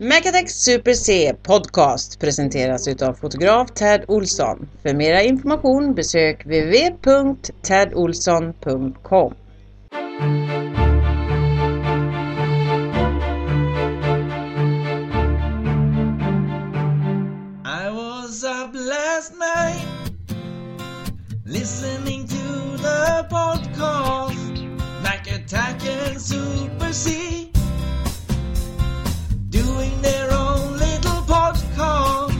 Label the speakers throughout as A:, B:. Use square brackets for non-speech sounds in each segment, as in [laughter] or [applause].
A: Megatech Super C Podcast presenteras utav fotograf Ted Olsson. För mera information besök www.tedolsson.com
B: I was up last night listening to the podcast like Attack and Super C doing their own little podcast.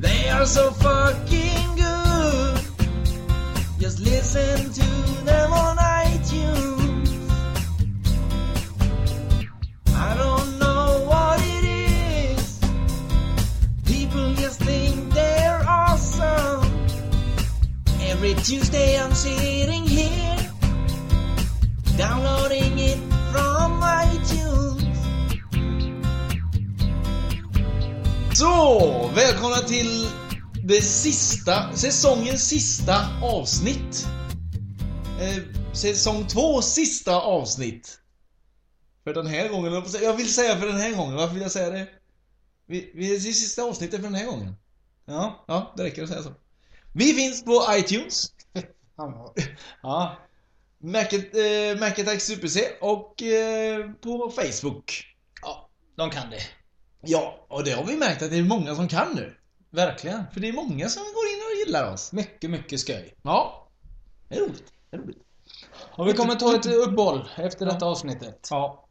B: They are so fucking good. Just listen to them on iTunes. I don't know what it is. People just think they're awesome. Every Tuesday I'm sitting here, downloading it from iTunes. Så, välkomna till det sista, säsongens sista avsnitt. Eh, säsong två sista avsnitt. För den här gången, höll jag på att säga. jag vill säga för den här gången, varför vill jag säga det? Vi, vi är i sista avsnittet för den här gången. Ja, ja, det räcker att säga så. Vi finns på iTunes. ja. Macattack eh, Mac Attack Super C och eh, på Facebook. Ja.
C: De kan det.
B: ja, och det har vi märkt att det är många som kan nu.
C: Verkligen.
B: För det är många som går in och gillar oss.
C: Mycket, mycket skoj.
B: Ja. Det är roligt. Det är roligt.
C: Och vi kommer ta ett uppehåll efter detta avsnittet.
B: Ja.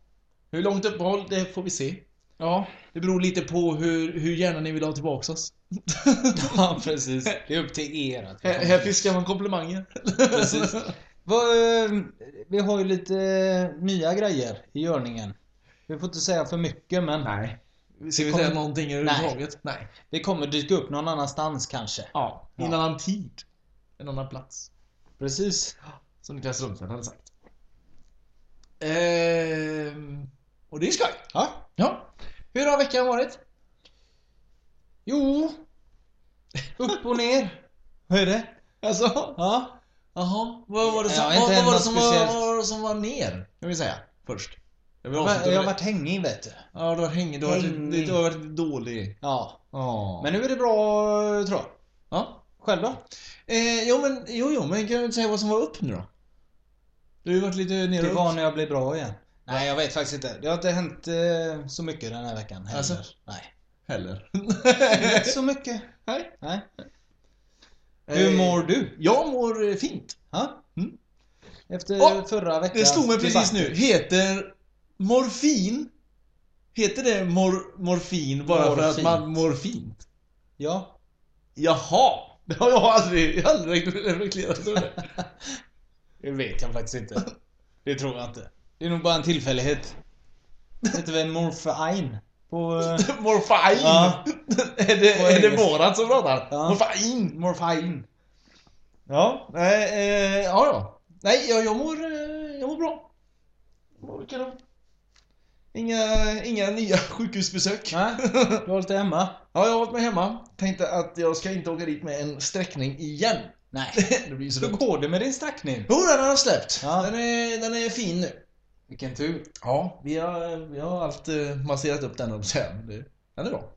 B: Hur långt uppehåll, det får vi se.
C: Ja.
B: Det beror lite på hur, hur gärna ni vill ha tillbaka oss.
C: [laughs] Ja, precis. Det är upp till er att vi
B: Här,
C: kommer.
B: här fiskar man komplimanger. [laughs]
C: Precis. Vad, eh, Vi har ju lite eh, nya grejer i görningen. Vi får inte säga för mycket men
B: Nej. Ska vi
C: kommer-
B: säga någonting överhuvudtaget? Nej.
C: det kommer dyka upp någon annanstans kanske.
B: Ja. I en
C: Ja.
B: annan tid. En annan plats.
C: Precis.
B: Som Niklas Rundfeldt hade sagt. Ehm, och det är skoj.
C: Ja.
B: Ja. Hur har veckan varit?
C: Jo. Upp och [laughs] ner.
B: Vad är det? Alltså?
C: Ja.
B: Jaha. Vad var det som, vad,
C: Ja, inte
B: vad var, det
C: något
B: som var,
C: speciellt.
B: vad var det som var ner? Jag vill säga. Först. Jag vill
C: Jag
B: avsluta
C: har
B: med
C: varit hängig vet du.
B: det. Ja, du har varit hängig. Du har varit,
C: Hängig.
B: du har varit dålig.
C: Ja.
B: Ja.
C: Men nu är det bra eh, tror jag.
B: Ja.
C: Själv då?
B: Eh, jo, men, jo, jo, men kan du inte säga vad som var upp nu då? Du har ju varit lite nere
C: Det
B: och
C: var
B: upp.
C: när jag blev bra igen. Nej, jag vet faktiskt inte. Det har inte hänt eh, så mycket den här veckan heller.
B: Alltså?
C: Nej.
B: Heller.
C: Inte så mycket.
B: Nej.
C: [laughs] Nej. [laughs] Eh, Hur mår
B: du? Jag mår eh, fint.
C: Ha?
B: Mm.
C: Efter
B: Åh,
C: förra veckan.
B: Det slog mig precis nu. Heter morfin... Heter det mor, morfin bara för att
C: Morfint.
B: man mår fint?
C: Ja.
B: Jaha! [laughs] Det har jag aldrig, jag har aldrig reflekterat över det.
C: [laughs] Det vet jag faktiskt inte. Det tror jag inte. Det är nog bara en tillfällighet. Heter väl morfin? På... eh, [laughs]
B: Morfin!
C: Ja.
B: [laughs] är det,
C: På
B: är det
C: engelska.
B: vårat som pratar?
C: Ja.
B: Morfin!
C: morfin.
B: Ja, nej, eh, ja, ja. Nej, jag, jag, mår, eh, jag mår bra. Jag mår kanon. Inga, inga nya [laughs] sjukhusbesök.
C: Nej. Du har lite hemma?
B: [laughs] Ja, jag har varit med hemma. Tänkte att jag ska inte åka dit med en sträckning igen.
C: Nej.
B: [laughs] det blir ju så
C: Hur
B: dumt.
C: går det med din stackning?
B: Jo, den har jag släppt.
C: Ja.
B: Den, är, den är fin nu.
C: Vilken tur.
B: Ja, vi har, vi har allt eh, masserat upp den, höll jag på att säga. Men det- Den är bra.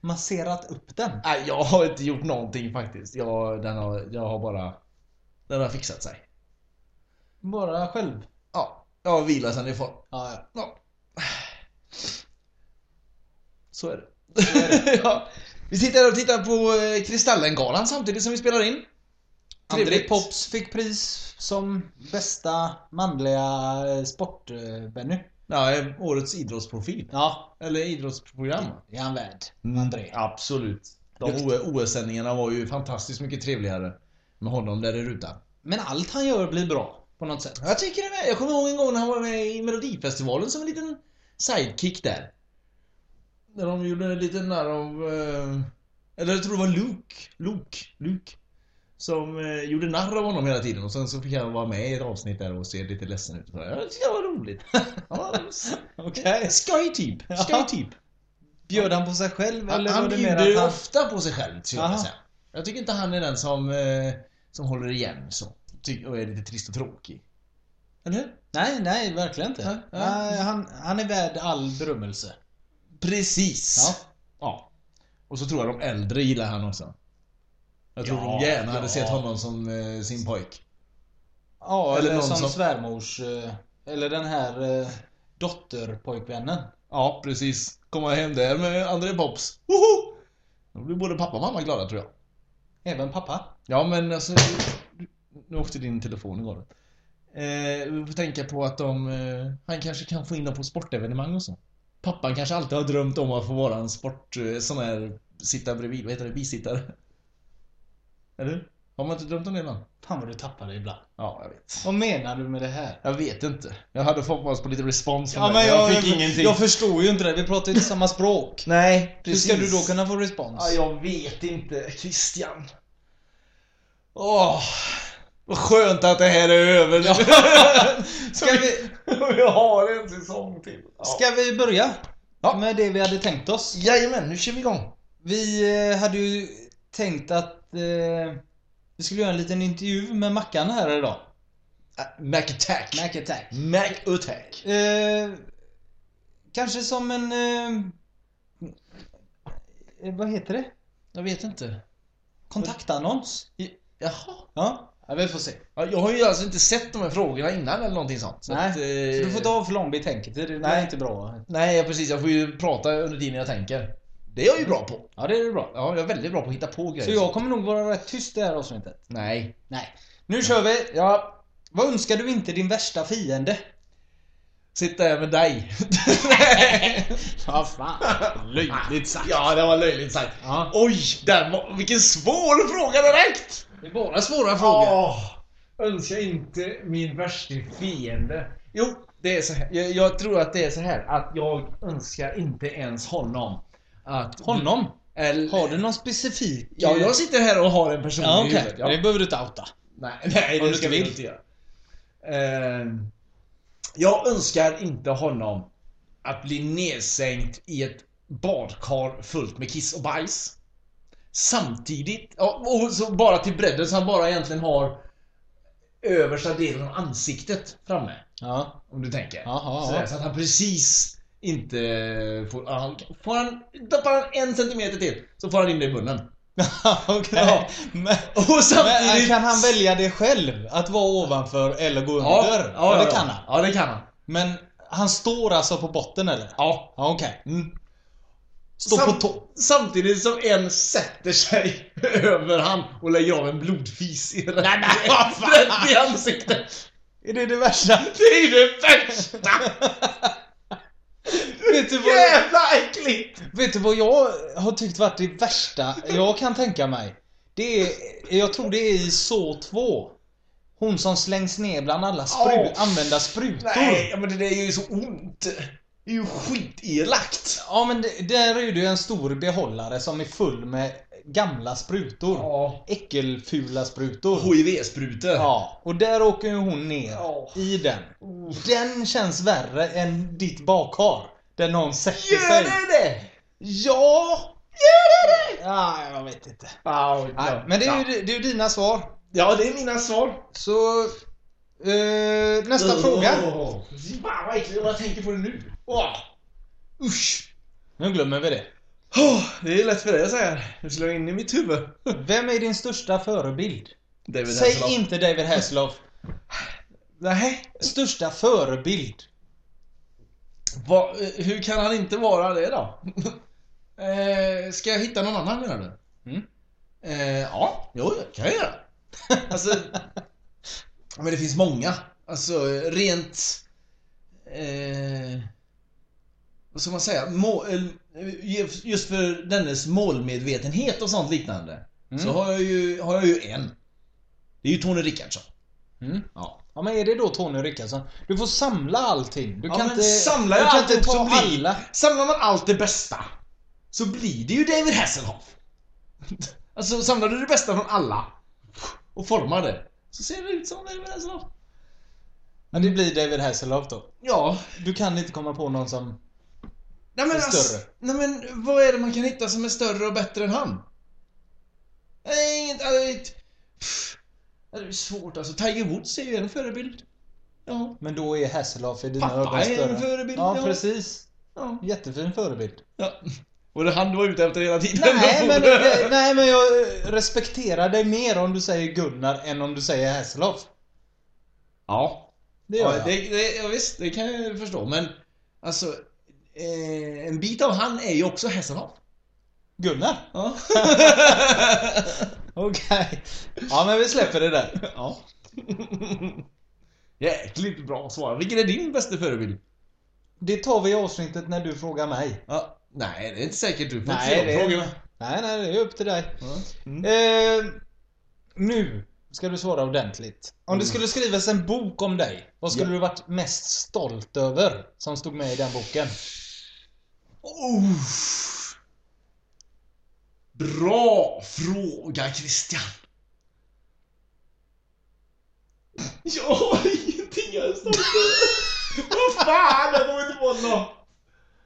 C: Masserat upp den?
B: Nej, jag har inte gjort någonting faktiskt. Jag, den har, jag har bara... Den har fixat sig.
C: Bara själv?
B: Ja, jag har vilat sen ifrån.
C: Ja, ja.
B: Ja. Så är det.
C: Så är det.
B: [laughs] ja. Vi sitter och tittar på eh, Kristallengalan samtidigt som vi spelar in.
C: André
B: Trevligt.
C: Pops fick pris som bästa manliga eh, sport-Benny.
B: Ja, eh, årets idrottsprofil.
C: Ja,
B: Eller idrottsprogram.
C: det är han värd. André.
B: Absolut. De
C: Duktig.
B: O- OS-sändningarna var ju fantastiskt mycket trevligare med honom där i rutan.
C: Men allt han gör blir bra på något sätt.
B: Jag tycker det med. Jag kommer ihåg en gång när han var med i Melodifestivalen som en liten sidekick där. När de gjorde en liten när de... eh, Eller jag tror det var Luke. Luke. Luke. Som eh, gjorde narr av honom hela tiden och sen så fick han vara med i ett avsnitt där och se lite ledsen ut. Så Jag tyckte det var
C: [laughs]
B: roligt. Han var en s-
C: Okej.
B: Skoj typ. Skoj
C: Ja.
B: typ.
C: Bjöd han på sig själv
B: Han,
C: eller
B: han
C: var det mer
B: bjuder ju
C: att han...
B: ofta på sig själv, skulle jag
C: Aha.
B: vilja säga. Jag tycker inte han är den som, eh, som håller igen så. Ty- och är lite trist och tråkig. Eller hur?
C: Nej, nej, verkligen inte.
B: Nej, nej.
C: Nej, han, han är värd all berömmelse.
B: Precis.
C: Ja.
B: Ja. Och så tror jag de äldre gillar han också. Jag tror
C: Ja,
B: de gärna hade
C: ja.
B: sett honom som eh, sin pojk. Eller
C: Ja, eller,
B: någon
C: som,
B: som-
C: svärmors... eh, Eller den här eh, dotterpojkvännen.
B: Ja, precis. Komma hem där med André Pops. Woho! Då blir både pappa och mamma glada tror jag.
C: Även pappa.
B: Ja, men alltså... du- Nu åkte din telefon i golvet. Eh, vi får tänka på att de... Eh, han kanske kan få in dem på sportevenemang och så. Pappan kanske alltid har drömt om att få vara en sport... Eh, sån här... Sitta bredvid, vad heter det? Bisittare. Eller? Har man inte drömt om det innan?
C: Fan vad du tappar det ibland.
B: Ja, jag vet.
C: Vad menar du med det här?
B: Jag vet inte. Jag hade hoppats på lite respons från
C: Ja,
B: dig,
C: men jag,
B: fick ingenting.
C: jag förstår ju inte det, vi pratar ju inte samma språk.
B: [laughs] Nej,
C: Hur
B: precis.
C: ska du då kunna få respons?
B: Ja, jag vet inte. Christian. Åh, vad skönt att det här är över nu.
C: [laughs] Ska
B: vi-
C: [laughs] vi,
B: Vi har en säsong till. Ska...
C: ska vi börja?
B: Ja.
C: Med det vi hade tänkt oss.
B: Jajamän, nu kör vi igång.
C: Vi eh, hade ju tänkt att eh, vi skulle göra en liten intervju med Mackan här idag.
B: Äh, Mac Attack.
C: Mac Attack.
B: Mac Attack.
C: Eh, kanske som en... Eh, eh, vad heter det?
B: Jag vet inte.
C: Kontaktannons?
B: Jaha.
C: Ja, ja vi får se.
B: Ja, Jag har ju alltså inte sett de här frågorna innan eller någonting sånt. Så
C: Nej,
B: att, eh,
C: Så du får inte ha för lång betänketid, det är
B: Nej.
C: inte bra.
B: Nej, ja, precis. Jag får ju prata under tiden jag tänker. Det är jag ju bra på.
C: Ja, det är bra.
B: Ja, jag är väldigt bra på att hitta på grejer.
C: Så jag kommer nog vara rätt tyst det här avsnittet.
B: Nej.
C: Nej. Nu kör vi! Ja. Vad önskar du inte din värsta fiende?
B: Sitta här med dig.
C: Ja, fan.
B: [laughs] löjligt sagt. Ja, det var löjligt sagt.
C: Ja.
B: Oj, där var, vilken svår fråga direkt!
C: Det är bara svåra
B: önskar inte min värsta fiende. Jo, det är så här. Jag, jag tror att det är så här att jag önskar inte ens honom. Att...
C: Honom?
B: Eller,
C: Har du någon specifik?
B: Ja, jag sitter här och har en person
C: Ja,
B: i
C: okej.
B: huvudet. Ja.
C: Det behöver du inte outa.
B: Nej, [laughs] nej
C: Om
B: det
C: du
B: ska
C: inte
B: vi
C: vill.
B: inte göra. Ehm, jag önskar inte honom att bli nedsänkt i ett badkar fullt med kiss och bajs. Samtidigt, ja, och så bara till bredden så han bara egentligen har översta delen av ansiktet framme.
C: Ja.
B: Om du tänker.
C: Jaha,
B: Sådär,
C: ja.
B: så att han precis inte får... ja, Han, får han, tappar han en centimeter till så får han in det i munnen.
C: [laughs]
B: [laughs]
C: Okej.
B: Ja.
C: Men,
B: Och
C: men eh,
B: samtidigt...
C: kan han välja det själv? Att vara ovanför eller gå under?
B: Ja, ja,
C: det
B: ja.
C: kan han.
B: Ja, det kan han.
C: Men han står alltså på botten eller?
B: Ja,
C: Ja, okej.
B: Mm.
C: Stå
B: Sam-
C: på topp.
B: Samtidigt som en sätter sig [laughs] över han och lägger av en blodfis i rätt, [laughs]
C: vad fan!
B: rätt i ansiktet.
C: Är det det värsta?
B: Det är det [laughs] värsta!
C: Vet du, vad,
B: Jävla äckligt!
C: vet du vad jag har tyckt varit det värsta jag kan tänka mig? Det är, jag tror det är i Så 2. Hon som slängs ner bland alla spru,
B: Åh.
C: använda sprutor.
B: Nej, ja, men det där är ju så ont. Det är ju skitelakt.
C: Ja men det, där är det ju en stor behållare som är full med gamla sprutor.
B: Ja.
C: Äckelfula sprutor.
B: HIV-sprutor.
C: Ja, och där åker ju hon ner
B: Ja.
C: i den.
B: Oh.
C: Den känns värre än ditt bakhar. Där någon sätter
B: Gör
C: sig.
B: det det?
C: Ja!
B: Gör det det?
C: Ja, jag vet inte.
B: Ja,
C: Nej, men det är, ju, det är ju dina svar.
B: Ja, det är mina svar.
C: Så... eh, nästa
B: Åh.
C: fråga.
B: Fan vad äckligt, jag tänker på det nu. Åh. Usch.
C: Nu glömmer vi det.
B: Åh, det är lätt för dig att säga. Du slår in i mitt huvud.
C: Vem är din största förebild?
B: David
C: Säg inte David Hasselhoff.
B: Nej.
C: Största förebild?
B: Va, eh, hur kan han inte vara det då? [laughs] eh, ska jag hitta någon annan menar du?
C: Mm.
B: Eh, ja, jo, det kan jag göra. [laughs] alltså, men det finns många. Alltså rent... Eh, vad ska man säga? Må, eh, just för dennes målmedvetenhet och sånt liknande.
C: Mm.
B: Så har jag, ju, har jag ju en. Det är ju Tony Rickardsson.
C: Mm.
B: Ja.
C: Ja men är det då Tony Rickardsson? Du får samla allting. Du
B: Ja,
C: kan
B: men
C: inte...
B: samlar
C: du
B: jag
C: kan
B: allt
C: inte ta
B: som blir?
C: alla.
B: Samlar man allt det bästa så blir det ju David Hasselhoff. Alltså samlar du det bästa från alla och formar det så ser det ut som David Hasselhoff.
C: Men det blir David Hasselhoff då.
B: Ja.
C: Du kan inte komma på någon som...
B: Nej men,
C: Det är
B: alltså,
C: större.
B: nej men vad är det man kan hitta som är större och bättre än han? Nej, inget... alltså, ett- pff, Det är svårt alltså. Tiger Woods är ju en förebild. Ja.
C: Men då är Hasselhoff i dina
B: Pappa
C: ögon
B: är en
C: större.
B: förebild,
C: ja,
B: ja.
C: precis.
B: Ja.
C: Jättefin
B: [laughs]
C: förebild.
B: Ja. Och det är han du var ute efter hela tiden?
C: Nej men, det- nej men jag respekterar dig mer om du säger Gunnar än om du säger Hasselhoff.
B: [laughs] Ja.
C: Det gör
B: Ja,
C: jag.
B: det, det, ja, visst, det kan jag förstå. Men alltså, eh, en bit av han är ju också Hasselhoff.
C: Gunnar?
B: Ja.
C: Okej. Ja men vi släpper det där.
B: [laughs] ja. [laughs] Jäkligt bra svar. Vilken är din bästa förebild?
C: Det tar vi i avsnittet när du frågar mig.
B: Ja. Nej, det är inte säkert. Du får
C: Nej,
B: inte
C: det-
B: de frågorna.
C: Nej nej, det är upp till dig.
B: Ja. Mm.
C: Eh, nu ska du svara ordentligt. Om det
B: Mm.
C: skulle skrivas en bok om dig, vad skulle
B: Ja.
C: du varit mest stolt över som stod med i den boken?
B: Oh. Bra fråga Christian! Jag har ingenting jag är [laughs] stolt över. Vad fan, jag kommer inte på något!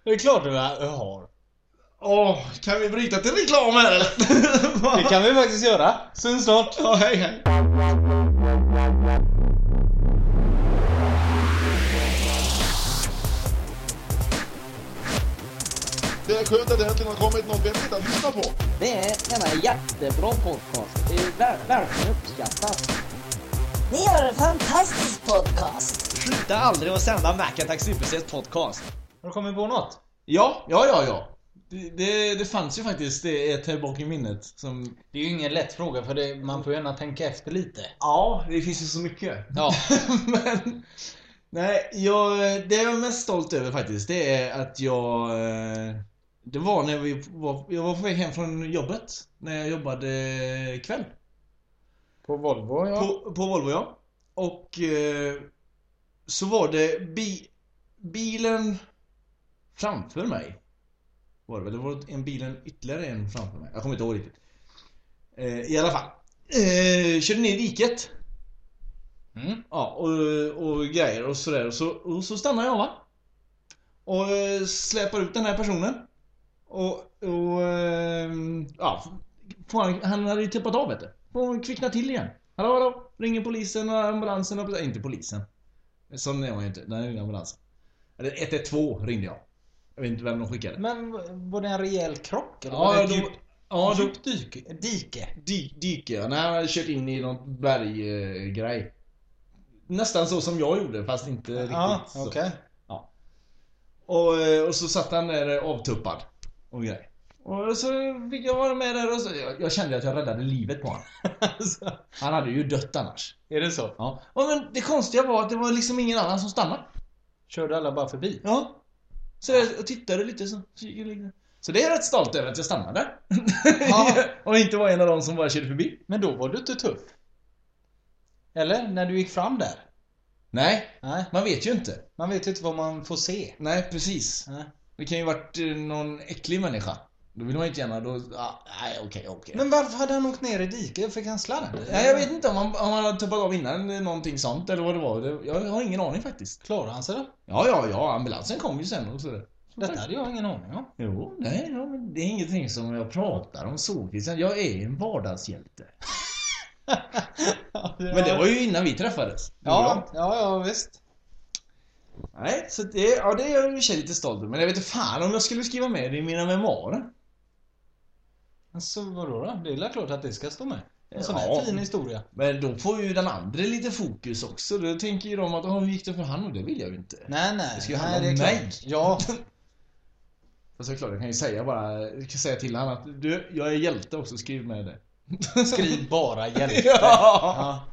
C: Det är klart du har.
B: Åh, kan vi bryta till reklam här eller?
C: Det kan vi faktiskt göra. Syns snart.
B: Ja, hej hej.
D: Det är skönt att det äntligen har kommit något vettigt att lyssna på.
E: Det är en jättebra podcast. Det är ver- verkligen uppskattat.
F: Ni gör en fantastisk podcast.
E: Sluta aldrig att sända Macattack Supersets podcast.
C: Har du kommit på något?
B: Ja, ja, ja, ja. Det, det, det fanns ju faktiskt det ett här bak i minnet som...
C: Det är ju ingen lätt fråga för det, man får gärna tänka efter lite.
B: Ja, det finns ju så mycket.
C: Ja.
B: [laughs] Men... Nej, jag, det jag är mest stolt över faktiskt, det är att jag... eh, Det var när [laughs] vi var, jag var på väg hem från jobbet. När jag jobbade eh, kväll.
C: På Volvo ja.
B: På, på Volvo ja. Och eh, så var det bi, bilen framför mig. Var det väl? Det var en bilen ytterligare en framför mig. Jag kommer inte ihåg riktigt. Eh, I alla fall. Eh, körde ner i diket.
C: Mm.
B: Ja, och, och grejer och sådär. Och så, och så stannar jag va. Och eh, släpar ut den här personen. Och, och ehm, ja, får han, han hade ju tippat av vet du. Får han kvickna till igen. Hallå hallå, ringer polisen och ambulansen och... Inte polisen. Sån är man ju inte. Nej, det är ambulansen. Eller 112 ringde jag. Jag vet inte vem de skickade.
C: Men var det en rejäl krock? Eller var det
B: Ja,
C: ett
B: de,
C: djupt
B: ja, de,
C: djupt dyke? dike?
B: Dy- dyker. Nej, han hade kört in i någon berggrej. Nästan så som jag gjorde fast inte
C: Ja,
B: riktigt
C: okej.
B: så. Och, eh, och så satt han där eh, avtuppad. Och grej. Och så fick jag vara med där och så, jag, jag kände att jag räddade livet
C: [laughs]
B: på honom.
C: Alltså,
B: Han hade ju dött annars.
C: är det så?
B: Ja. Och men det konstiga var att det var liksom ingen annan som stannade.
C: Körde alla bara förbi?
B: Ja. Så jag tittade lite så. så gick jag lite. Så det är jag rätt stolt över att jag stannade.
C: Ja.
B: [laughs] och inte var en av dem som bara körde förbi.
C: Men då var du inte tuff? Eller? När du gick fram där?
B: Nej,
C: Nej,
B: man vet ju inte.
C: man vet ju inte vad man får se.
B: Nej, precis.
C: Nej.
B: Det kan ju varit eh, någon äcklig människa. Då vill man ju inte gärna... Då, ah, nej, okej, okej.
C: Men varför hade han åkt ner i diket? Fick han slarv?
B: Nej, jag vet inte om han, om han hade tuppat av innan eh, någonting sånt eller vad det var. Det, jag har ingen aning faktiskt.
C: Klarade han sig då?
B: Ja, ja, ja. Ambulansen kom ju sen och sådär.
C: Detta hade jag ingen aning om.
B: Jo, nej, ja, men det är ingenting som jag pratar om så Christian. Jag är en vardagshjälte. Men det var ju innan vi träffades. Du och jag.
C: Ja, ja, ja visst.
B: Nej, så det, ja, det är jag i och för sig lite stolt över. Men jag vet inte fan om jag skulle skriva med det i mina memoarer.
C: Men Så vadå då? Det är väl klart att det ska stå med. En sån
B: Ja.
C: här fin historia.
B: Men då får ju den andra lite fokus också. Då tänker ju de att "Åh, hur gick det för han? Och det vill jag ju inte.
C: Nej, nej.
B: Det ska ju
C: nej,
B: handla om
C: det är klart.
B: mig. [laughs]
C: Ja,
B: Fast Alltså, det är klart, jag kan ju säga bara, jag kan säga till honom att du, jag är hjälte också, skriv med det.
C: [laughs] skriv bara
B: [laughs]
C: hjälp.
B: ja!
C: Ja.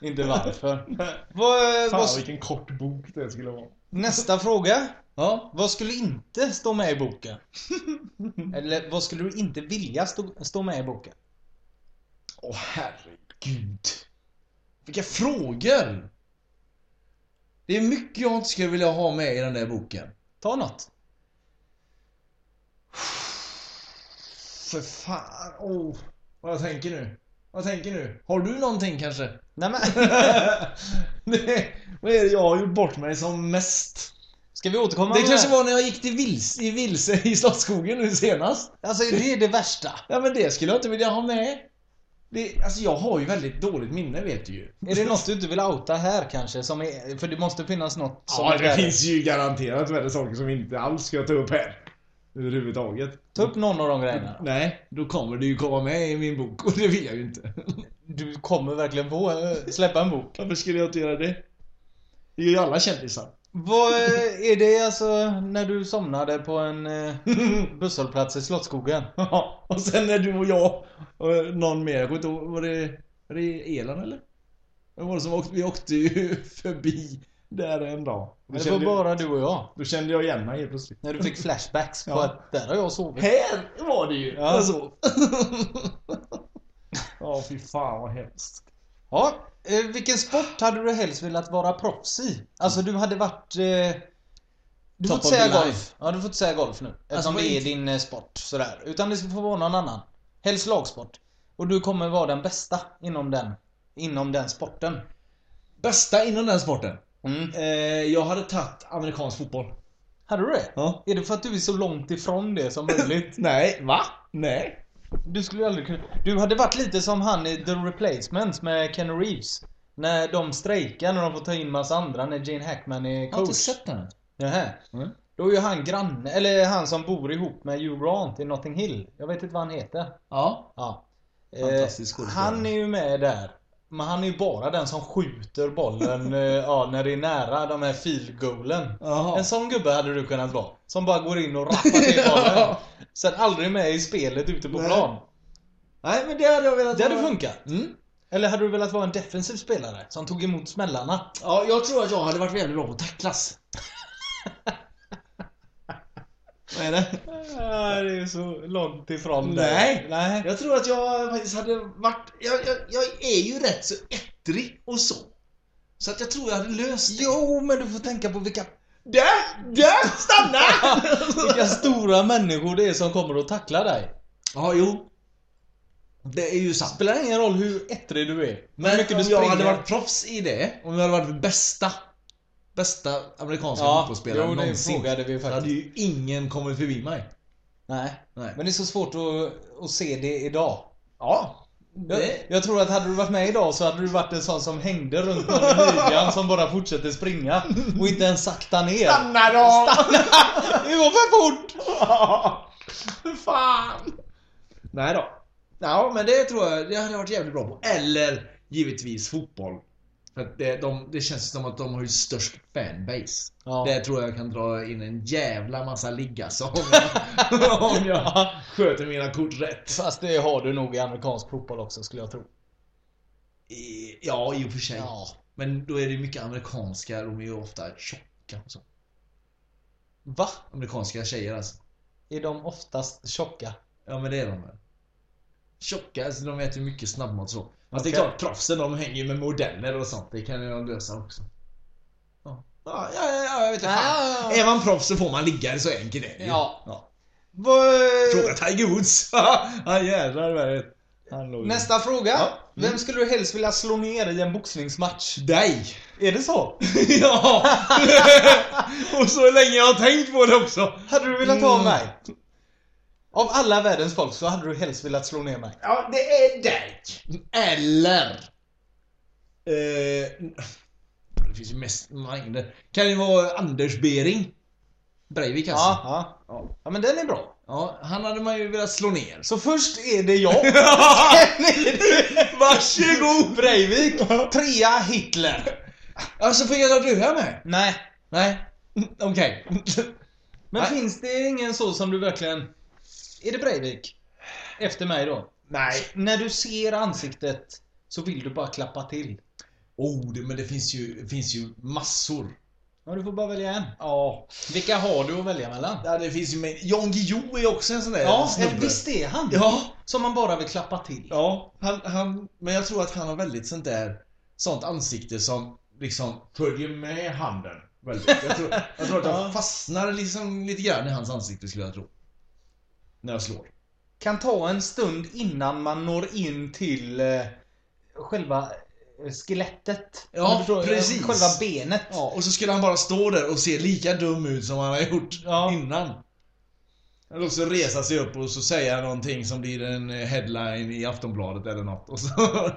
C: Inte varför. Vad, eh, vad,
B: vilken kort bok det skulle vara.
C: nästa fråga.
B: Ja.
C: Vad skulle inte stå med i boken? [laughs] Eller vad skulle du inte vilja stå, stå med i boken?
B: Åh herregud. Vilka frågor! Det är mycket jag inte skulle vilja ha med i den där boken.
C: Ta något.
B: För fan, oh. Vad jag tänker nu. Vad tänker nu? Har du någonting kanske?
C: Nej, men,
B: [laughs] Det- Vad är det jag har gjort bort mig som mest?
C: ska vi återkomma
B: Det
C: med
B: kanske var när jag gick till vilse, i vilse i Slottsskogen nu senast.
C: Alltså det är det värsta.
B: Ja men det skulle jag inte vilja ha med. Det, alltså jag har ju väldigt dåligt minne vet du ju.
C: Är det något du inte vill outa här kanske? Som är, för det måste finnas något som
B: Ja,
C: är
B: det
C: värre.
B: finns ju garanterat väldigt saker som vi inte alls ska ta upp här. Överhuvudtaget.
C: Ta upp någon av de grejerna.
B: Nej, då kommer det ju komma med i min bok och det vill jag ju inte.
C: Du kommer verkligen få eh, släppa en bok.
B: Varför skulle jag inte göra det? Det är ju alla kändisar.
C: Vad eh, är det alltså när du somnade på en eh, [laughs] busshållplats i Slottsskogen?
B: Ja, [laughs] och sen när du och jag och någon mer, jag kommer inte ihåg, var det, var det Elan eller? Vem var det som åkte? Vi åkte ju [laughs] förbi där en dag. Då
C: Det var
B: kände,
C: bara du och jag.
B: då kände jag igen mig helt plötsligt.
C: När du fick flashbacks på
B: Ja.
C: att där har jag sovit.
B: Här var det ju!
C: Ja.
B: Alltså. Ja, fy fan vad hemskt.
C: Ja, eh, vilken sport hade du helst velat vara proffs i? Alltså du hade varit... Eh, du får
B: Top
C: inte
B: of
C: säga
B: the line.
C: golf. Ja, du får inte säga golf nu. Eftersom
B: Alltså, vad
C: det är
B: inte-
C: din eh, sport sådär. Utan det får vara någon annan. Helst lagsport. Och du kommer vara den bästa inom den, inom den sporten.
B: Bästa inom den sporten?
C: Mm.
B: Eh, jag hade tagit amerikansk fotboll.
C: Hade du det?
B: Ja.
C: Är det för att du är så långt ifrån det som
B: [laughs]
C: möjligt?
B: Nej, va? Nej.
C: Du skulle ju aldrig kunna... Du hade varit lite som han i The Replacements med Ken Reeves. När de strejkar, när de får ta in massa andra, när Gene Hackman är coach.
B: Jag har inte sett den.
C: Nähä.
B: Mm.
C: Då är ju han granne, eller han som bor ihop med Hugh Grant i Notting Hill. Jag vet inte vad han heter.
B: Ja.
C: Ja.
B: Fantastisk
C: eh,
B: skådespelare.
C: Han är ju med där. Men han är ju bara den som skjuter bollen [laughs] eh, ja, när det är nära de här field goalen.
B: Jaha.
C: En sån gubbe hade du kunnat vara. Som bara går in och rappar till bollen. Sen aldrig med i spelet ute på
B: Nej.
C: plan.
B: Nej, men det hade jag velat
C: Det hade
B: vara.
C: funkat.
B: Mm.
C: Eller hade du velat vara en defensiv spelare som tog emot smällarna?
B: Ja, jag tror att jag hade varit väldigt bra på att tacklas. Vad är Ah, det?
C: det är så långt ifrån
B: dig.
C: Nej.
B: Jag tror att jag faktiskt hade varit... Jag, jag, jag är ju rätt så ettrig och så. Så att jag tror jag hade löst det.
C: Jo, men du får tänka på vilka,
B: Där! Där! Stanna!
C: [laughs] vilka stora människor det är som kommer att tackla dig.
B: ja, jo. Det är ju sant.
C: Spelar ingen roll hur ettrig du är.
B: Men
C: hur mycket
B: om
C: du
B: jag hade
C: springer.
B: varit proffs i det, om jag hade varit bästa bästa amerikanska
C: ja,
B: fotbollsspelaren
C: jo, det
B: någonsin.
C: frågade vi
B: Så hade
C: faktiskt.
B: ju ingen kommit förbi mig.
C: Nej.
B: Nej.
C: Men det är så svårt att, att se det idag.
B: Ja.
C: Jag,
B: Det,
C: jag tror att hade du varit med idag så hade du varit en sån som hängde runt någon i ligan som bara fortsätter springa och inte ens sakta ner.
B: Stanna då!
C: [laughs] Det går för fort!
B: Fan! Nej då. Ja, men det tror jag det hade jag varit jävligt bra på. Eller givetvis fotboll. För att det, de, det känns som att de har ju störst fanbase.
C: Ja. [laughs]
B: Där tror jag kan dra in en jävla massa liggasång. om jag- om [laughs] jag sköter mina kort rätt.
C: Fast det har du nog i amerikansk fotboll också skulle jag tro.
B: I- Ja, i och för sig.
C: Ja.
B: Men då är det mycket amerikanska. De är ju ofta tjocka och så.
C: Va?
B: Amerikanska tjejer alltså.
C: Är de oftast tjocka?
B: Ja men det är de väl. Tjocka, alltså de äter ju mycket snabbmat så. Fast det är
C: Okej.
B: klart, proffsen de hänger ju med modeller och sånt. Det kan ju de lösa också. Ja, ja, ja, ja jag vet inte. fan. Är man proffs så får man ligga, så enkelt är det ju.
C: Ja.
B: ja.
C: Vad-
B: Fråga Tiger Woods. [laughs] ja jävlar vad det Han låg ju-
C: Nästa fråga.
B: Ja. Mm.
C: Vem skulle du helst vilja slå ner i en boxningsmatch?
B: Dig!
C: Är det så?
B: [laughs] ja! och så länge jag har tänkt på det också.
C: Hade du velat ha
B: Mm.
C: mig? Av alla världens folk så hade du helst velat slå ner mig.
B: Ja, det är dig. Eller... Eh, det finns ju mest mängder. Kan det vara Anders Bering? Breivik alltså.
C: Ja,
B: Ja.
C: ja. ja, men den är bra.
B: han hade man ju velat slå ner. [laughs]
C: Så först är det jag.
B: Varsågod!
C: Breivik. Trea Hitler.
B: Alltså fick jag ta du här med?
C: Nej.
B: Nej. Okej.
C: Men
B: Nej.
C: finns det ingen så som du verkligen... Är det Breivik? Efter mig då?
B: [laughs] Nej.
C: När du ser ansiktet så vill du bara klappa till.
B: Oh, det, men det finns ju, finns ju massor.
C: Ja, du får bara välja en.
B: Ja.
C: Vilka har du att välja mellan?
B: ja det finns ju mängder. Jan Guillou är också en sån där
C: Ja,
B: snubbe.
C: visst är han?
B: Ja.
C: Som man bara vill klappa till.
B: Ja, han, han, men jag tror att han har väldigt sånt där sånt ansikte som liksom följer med handen. Väldigt. Jag, tror, jag tror att
C: [laughs] Ja.
B: jag fastnar liksom lite grann i hans ansikte skulle jag tro. När jag slår.
C: Kan ta en stund innan man når in till eh, själva eh, skelettet.
B: Ja,
C: Om du förstår, eh,
B: precis.
C: Själva benet.
B: Ja, och så skulle han bara stå där och se lika dum ut som han har gjort
C: Ja.
B: innan. Eller också resa sig upp och så säga någonting som blir en headline i Aftonbladet eller något. Och så... [laughs]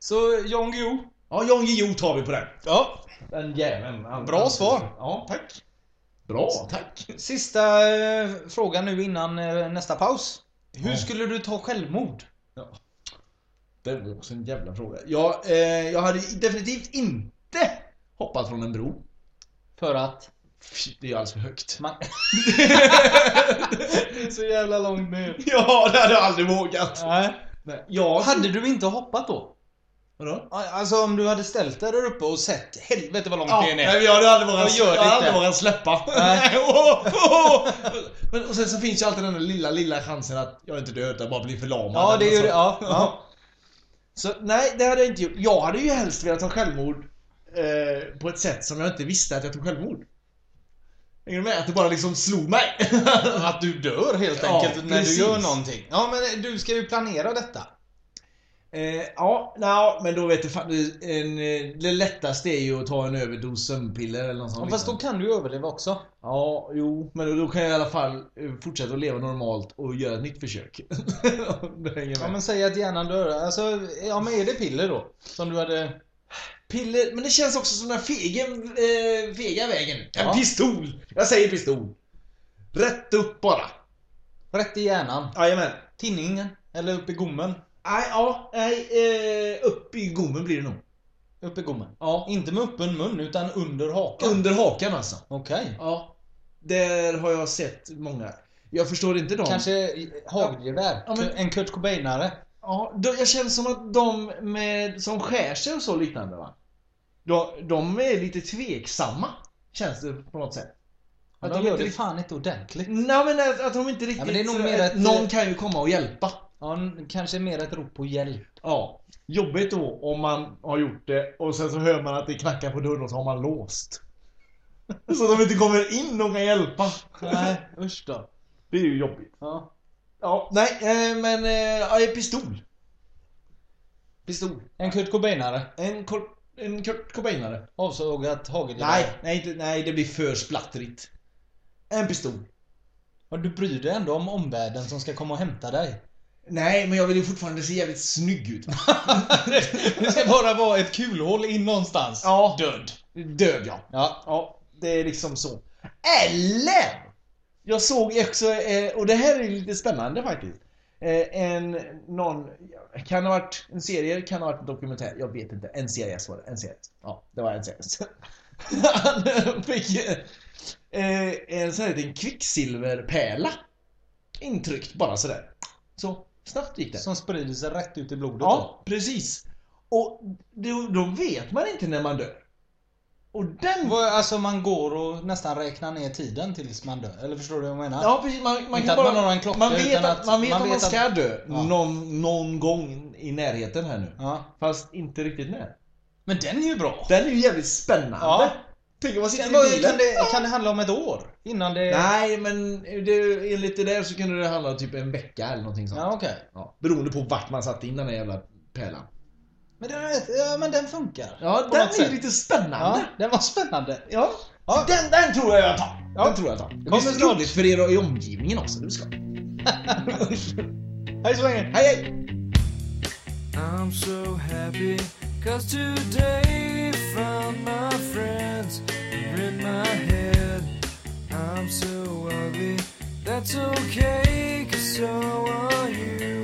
C: Så Jan Guillou.
B: Ja, Jan Guillou tar vi på den.
C: Ja.
B: Den jäveln. han-
C: Bra
B: han-
C: svar.
B: Ja, tack. Bra, tack.
C: Sista eh, frågan nu innan eh, nästa paus. Hur
B: Ja.
C: skulle du ta självmord?
B: Det var också en jävla fråga. Jag, eh, jag hade definitivt inte hoppat från en bro.
C: För att
B: Fy, Det är ju alldeles för högt.
C: man... det är [laughs] så jävla långt nu.
B: [laughs] Ja, det hade jag aldrig vågat.
C: Nej.
B: Nej, jag...
C: Hade du inte hoppat då?
B: Vadå?
C: Alltså om du hade ställt dig där uppe och sett helvete vad långt
B: Ja,
C: det är
B: nej,
C: ner.
B: men jag hade aldrig
C: Jag
B: vågat,
C: gör det
B: jag hade
C: inte.
B: aldrig vågat släppa. Oh,
C: Nej.
B: [laughs] Åh, åh, åh. Men, och sen så finns ju alltid den där lilla, lilla chansen att jag inte dör utan bara blir förlamad.
C: Ja, det
B: eller
C: är ju
B: så.
C: det. Ja, ja.
B: Så nej, det hade jag inte gjort. Jag hade ju helst velat ta självmord eh, på ett sätt som jag inte visste att jag tog självmord. Hänger du med? Att det bara liksom slog mig.
C: [laughs] Att du dör helt
B: Ja,
C: enkelt när
B: precis.
C: du gör någonting. Ja, men du ska ju planera detta.
B: Eh, ja, nja, men då vet du fan, det- en, eh, det lättaste är ju att ta en överdos sömnpiller eller något sånt.
C: Ja, fast då
B: liknande.
C: kan du ju överleva också.
B: ja, jo, men då, då kan jag i alla fall eh, fortsätta att leva normalt och göra ett nytt försök. [laughs] det hänger med.
C: Ja, men säg att hjärnan dör. Alltså, ja men är det piller då? Som du hade...
B: Piller, men det känns också som den fegen, eh, fega vägen. En
C: Ja.
B: pistol! Jag säger pistol. Rätt upp bara.
C: Rätt i hjärnan.
B: Jajamän.
C: Tinningen. Eller upp i gommen.
B: Nej, ja, nej, eh, upp i gommen blir det nog.
C: Upp i gommen.
B: Ja.
C: Inte med öppen mun, utan under hakan.
B: Under hakan alltså.
C: Okej.
B: Ja. Där har jag sett många. Jag förstår inte dem.
C: Kanske hagelgevär.
B: Ja, men-
C: En Kurt Cobainare.
B: Ja, de, jag känner som att de med, som skär sig och så liknande va. De, de är lite tveksamma. Känns det på något sätt.
C: Ja,
B: Att
C: de
B: de
C: gör
B: inte
C: det
B: riktigt...
C: fan inte ordentligt.
B: Nej men att, att de inte riktigt...
C: men det är nog
B: så-
C: mer ett-
B: Någon kan ju komma och hjälpa.
C: Ja, n- kanske mer ett rop på hjälp.
B: Ja. Jobbigt då om man har gjort det och sen så hör man att det knackar på dörren och så har man låst. [laughs] Så de inte kommer in och kan hjälpa.
C: Nej, usch då.
B: Det är ju jobbigt.
C: Ja.
B: Ja, nej, eh, men eh, ja, en pistol. Pistol.
C: En Kurt Cobainare.
B: En, kor- en Kurt Cobainare.
C: Avsågat hagelgevär.
B: Nej, nej, inte- nej, det blir för splattrigt. En pistol.
C: Och du bryr dig ändå om omvärlden som ska komma och hämta dig. [laughs]
B: Nej, men jag vill ju fortfarande se jävligt snygg [laughs] ut.
C: Det ska bara vara ett kulhål in någonstans.
B: Ja.
C: Död.
B: Död, ja.
C: Ja.
B: Ja, det är liksom så. Eller! Jag såg också, eh, och det här är lite spännande faktiskt. Eh, En, någon, kan ha varit en serie, kan ha varit en dokumentär, jag vet inte. En serie var det, en serie. Ja, det var en serie. [laughs] Han fick eh, en sån här liten kvicksilverpärla intryckt bara sådär. Så snabbt gick det.
C: Som sprider sig rätt ut i blodet.
B: Ja, precis. Och då, då vet man inte när man dör. Och den
C: Vad- Alltså man går och nästan räknar ner tiden tills man dör. Eller förstår du vad jag menar?
B: Ja, precis. Man, man,
C: Inte
B: kan
C: att
B: bara,
C: man har en klocka,
B: man vet
C: utan
B: att,
C: att-
B: man vet
C: man
B: att man
C: vet att-
B: ska dö
C: Ja.
B: någon, någon gång i närheten här nu.
C: Ja.
B: Fast inte riktigt när.
C: Men den är ju bra.
B: Den är ju jävligt spännande.
C: Ja.
B: Tänk om man sitter
C: Vad-
B: i bilen.
C: kan, det, kan det handla om ett år? Innan det...
B: Nej, men det, enligt det där så kunde det handla om typ en vecka eller någonting sånt.
C: Ja, okej.
B: Ja, Beroende på vart man satte in den där jävla pärlan.
C: Men, den- ja, men den funkar.
B: Ja,
C: På
B: den
C: något
B: är ju
C: sätt.
B: lite
C: Ja,
B: spännande.
C: den var spännande.
B: Ja.
C: Ja.
B: Den, den tror jag jag tar.
C: Ja.
B: Den tror jag jag tar. Det
C: Kommer
B: blir så
C: snart.
B: roligt för er i omgivningen också. Du ska.
C: Hej så länge.
B: Hej hej!
G: I'm so happy cause today found my friends are in my head. I'm so ugly, that's okay cause so are you.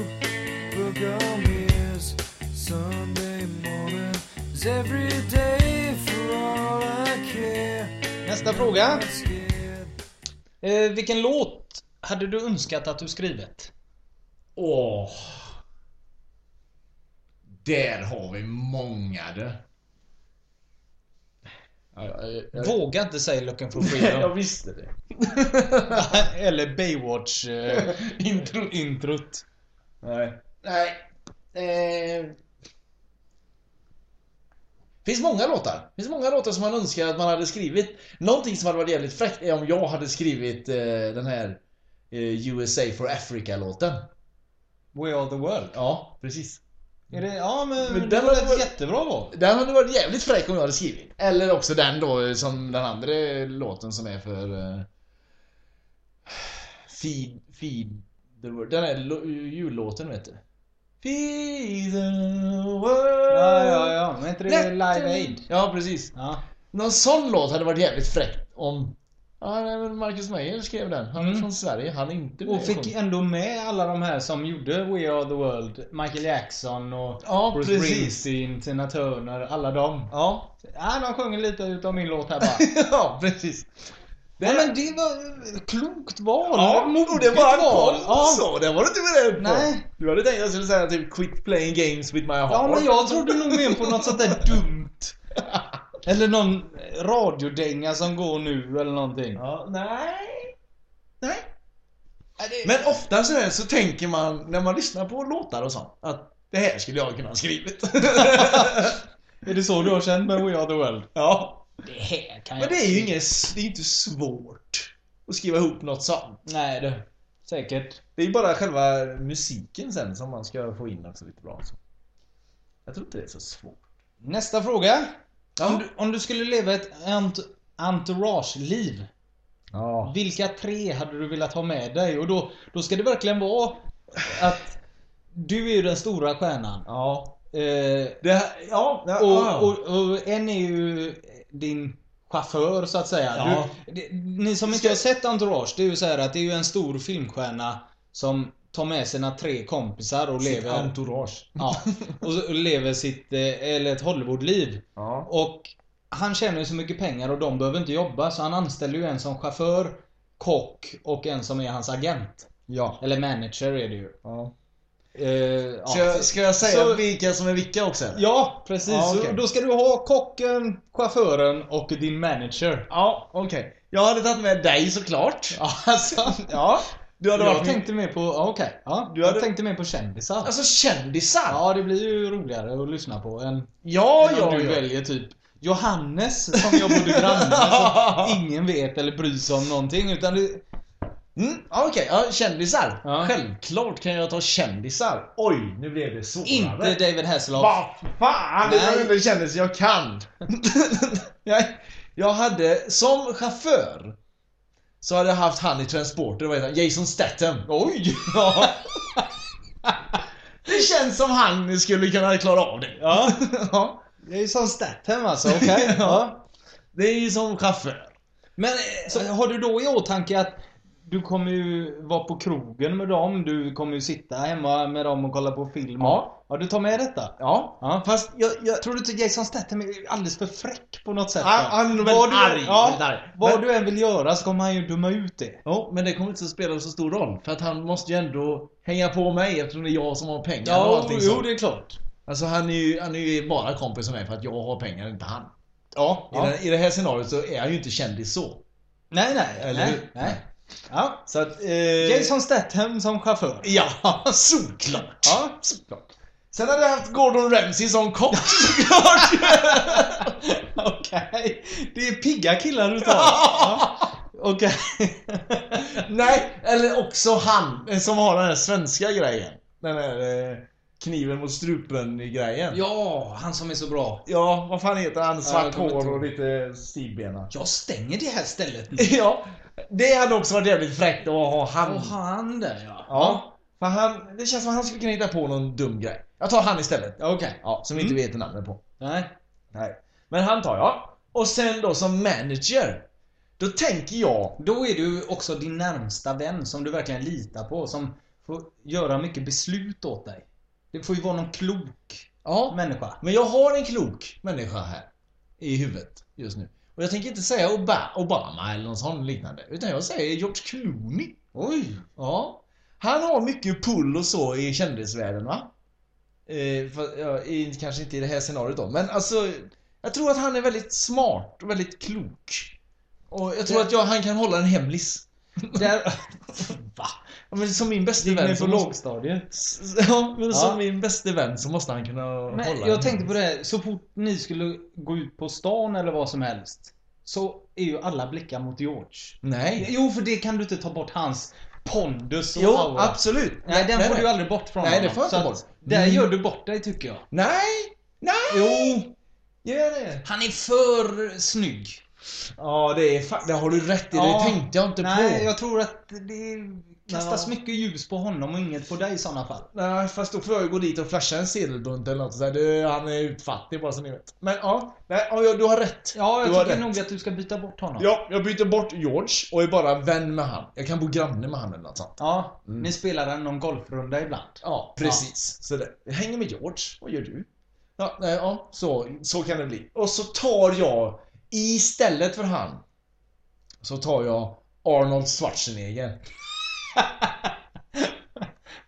G: Book on ears, Sunday morning is every day for all I care.
C: Nästa fråga.
G: I'm scared.
C: Eh, vilken låt hade du önskat att du skrivit?
B: Åh. Där har vi många du. Ja, jag- jag- jag-
C: Våga inte säga Looking for
B: Jag [laughs]
C: freedom.
B: visste det.
C: Eller Baywatch
B: [laughs]
C: eh,
B: Intro.
C: introt.
B: Nej. Nej. Eh. Finns många låtar. Finns många låtar som man önskar att man hade skrivit. Någonting som hade varit jävligt fräckt är om jag hade skrivit eh, den här eh, USA for Africa-låten.
C: We are the world.
B: Ja, precis.
C: Är det, ja men,
B: Men
C: det
B: den
C: var
B: hade
C: ett
B: varit-
C: jättebra val.
B: Den hade varit jävligt fräck om jag hade skrivit. Eller också den då som den andra låten som är för... eh, Feed, feed the world. Den här lo- jullåten vet du. Feed the world.
C: Ja, ja, ja. Men inte det är Live Aid?
B: Ja, precis.
C: Ja.
B: Någon sån låt hade varit jävligt fräckt om... Ja, nej, men Marcus Meyer skrev den. Han är
C: Mm.
B: från Sverige. Han är inte med
C: Och
B: och
C: fick
B: sjunger. [laughs]
C: ändå med alla de här som gjorde We Are The World. Michael Jackson och
B: Ja,
C: Bruce
B: precis.
C: Springsteen, Tina Turner, alla dem.
B: Ja.
C: Ja, de sjunger lite utav min låt här bara.
B: ja, precis.
C: [laughs] Ja, men det var eh, klokt val.
B: Ja, och det var en
C: val.
B: podd
C: Ja.
B: så. Det var du inte beredd på.
C: Nej.
B: Du hade tänkt att jag skulle säga typ Quit playing games with my heart.
C: Ja, men jag trodde nog mer på något sånt där [laughs] dumt. Eller någon radiodänga som går nu eller någonting.
B: Ja, nej. Nej. Men ofta så, här, så tänker man när man lyssnar på låtar och sånt att det här skulle jag kunna ha skrivit.
C: [laughs] Är det så du har känt med We Are The World?
B: ja.
C: Det här kan
B: Men det är ju inget, s- det är ju inte svårt att skriva ihop något sånt.
C: Nej du. Säkert.
B: Det är ju bara själva musiken sen som man ska få in också lite bra. Så. Jag tror inte det är så svårt.
C: Nästa fråga. Om,
B: Ja.
C: du, om du skulle leva ett ent- entourage-liv,
B: Ja.
C: vilka tre hade du velat ha med dig? Och då, då ska det verkligen vara att du är ju den stora stjärnan.
B: Ja.
C: Eh,
B: Det här, ja, ja, ja.
C: och, och, och en är ju din chaufför så att säga.
B: Ja.
C: Du, det- ni som inte har sett Entourage, det är ju så här att det är ju en stor filmstjärna som tar med sina tre kompisar och
B: Sitt
C: lever...
B: entourage.
C: Ja, [laughs] och så- och lever sitt, eh, eller ett Hollywoodliv.
B: Ja.
C: Och han tjänar ju så mycket pengar och de behöver inte jobba så han anställer ju en som chaufför, kock och en som är hans agent.
B: Ja.
C: Eller manager är det ju. Eh, ja.
B: Ska, jag, ska jag säga
C: Så-
B: vilka som är vilka också? eller?
C: Ja, precis.
B: Ja,
C: Så
B: okej.
C: Då ska du ha kocken, chauffören och din manager.
B: Ja, okej. Jag hade tagit med dig såklart.
C: Ja, alltså.
B: Ja. Du hade
C: Jag
B: varit
C: tänkte mer på, ja, okej. Ja,
B: Du
C: jag
B: hade-
C: tänkte mer på kändisar.
B: Alltså kändisar?
C: ja, det blir ju roligare att lyssna på än,
B: ja,
C: än om du väljer typ Johannes som jag bodde granne med
B: [laughs]
C: som ingen vet eller bryr sig om någonting utan det,
B: Mm, ja, okej, ja, kändisar.
C: Ja.
B: Självklart kan jag ta kändisar. Oj, nu blev det svårare.
C: inte David Hasselhoff.
B: Vad fan! Det
C: Nej.
B: var den kändis jag kan. [laughs] Nej, jag hade, som chaufför, så hade jag haft han i Transporter, vad heter han? Jason Statham.
C: Oj!
B: Ja. [laughs] Det känns som han skulle kunna klara av det.
C: Ja.
B: [laughs] Ja.
C: Det är ju som Statham alltså, okej.
B: [laughs]
C: ja.
B: Det är ju som chaufför.
C: Men eh, så, har du då i åtanke att du kommer ju vara på krogen med dem, du kommer ju sitta hemma med dem och kolla på film?
B: Ja.
C: Ja, du tar med detta?
B: Ja.
C: Ja.
B: Fast jag... jag
C: Tror du inte Jason Statham är alldeles för fräck på något sätt?
B: han,
C: då?
B: han är nog väldigt
C: Vad du,
B: arg.
C: Ja,
B: väldigt arg.
C: vad
B: Men-
C: du än vill göra så kommer han ju döma ut det.
B: Ja, men det kommer inte att spela så stor roll. För att han måste ju ändå hänga på mig eftersom det är jag som har pengar och allting
C: jo,
B: sånt.
C: det är klart.
B: Alltså han är, ju, han är ju bara kompis med mig för att jag har pengar, inte han.
C: Ja.
B: I, den, I det här scenariot så är jag ju inte kändis så.
C: Nej, nej.
B: Eller
C: nej,
B: hur?
C: nej. Ja.
B: Så att... Eh...
C: Jason Statham som chaufför.
B: Ja, [laughs] såklart.
C: Ja.
B: Såklart. Sen hade jag haft Gordon Ramsay som kock såklart.
C: [laughs] Okej. Det är pigga
B: [laughs]
C: killar du tar. Ja. Okej.
B: [laughs] Nej, eller också han eh, som har den här svenska grejen. Den här eh, kniven mot strupen i grejen.
C: Ja, han som är så bra.
B: Ja, vad fan heter han?
C: jag
B: Svart
C: kommer inte
B: hår
C: ihåg.
B: och lite stivbena.
C: Jag stänger det här stället nu.
B: [laughs] Ja, det hade också varit jävligt fräckt att ha han.
C: Och han där ja.
B: Ja, för han, det känns som att han skulle kunna hitta på någon dum grej. Jag tar han istället.
C: Okej.
B: Ja, Mm. som vi inte vet namnet på.
C: Nej.
B: Nej. Men han tar jag. Och sen då som manager. Då tänker jag...
C: Då är du också din närmsta vän som du verkligen litar på. Som får göra mycket beslut åt dig. Det får ju vara någon klok
B: Ja,
C: människa.
B: men jag har en klok människa här. I huvudet just nu. Och jag tänker inte säga Oba- Obama eller någon sån liknande. Utan jag säger George Clooney.
C: Oj!
B: Ja. Han har mycket pull och så i kändisvärlden va? Eh, för, ja, i, kanske inte i det här scenariot då, men alltså Jag tror att han är väldigt smart och väldigt klok. Och jag tror att jag, han kan hålla en hemlis.
C: [laughs] Där... Va?
B: Ja, Men som min bäste
C: Gick ni
B: vän
C: på
B: så måste,
C: lågstadiet?
B: [laughs] ja, men
C: Ja.
B: som min bäste vän så måste han kunna
C: Men
B: hålla
C: jag
B: en
C: tänkte på
B: hemlis.
C: det, här, så fort ni skulle gå ut på stan eller vad som helst Så är ju alla blickar mot George
B: Nej.
C: Jo, för det kan du inte ta bort hans pondus och
B: Jo,
C: aura
B: absolut.
C: Nej, den
B: nej,
C: får
B: nej.
C: du aldrig bort från
B: Nej,
C: honom.
B: det får jag
C: Så
B: inte
C: att
B: bort.
C: Där
B: Mm.
C: gör du bort dig tycker jag
B: Nej! Nej!
C: Jo!
B: Gör det!
C: Han är för snygg
B: Ja, det är fa- Det har du rätt i.
C: Ja.
B: Det tänkte jag inte
C: Nej,
B: på.
C: jag tror att det kastas mycket ljus på honom och inget på dig i sådana fall.
B: Nej, fast då får jag ju gå dit och flasha en sedelbunt eller något sådär. Du, han är utfattig bara så ni vet. Men ja, nej, ja, ja, du har rätt.
C: Ja,
B: du
C: jag
B: har
C: tycker
B: rätt.
C: nog att du ska byta bort honom.
B: Ja, jag byter bort George och är bara vän med han. Jag kan bo granne med han eller något sånt.
C: Ja, ni spelar någon golfrunda ibland.
B: Ja, precis. Så det, jag hänger med George. Vad gör du? Ja, nej, ja så, så kan det bli. Och så tar jag, istället för han, så tar jag Arnold Schwarzenegger.
C: [laughs]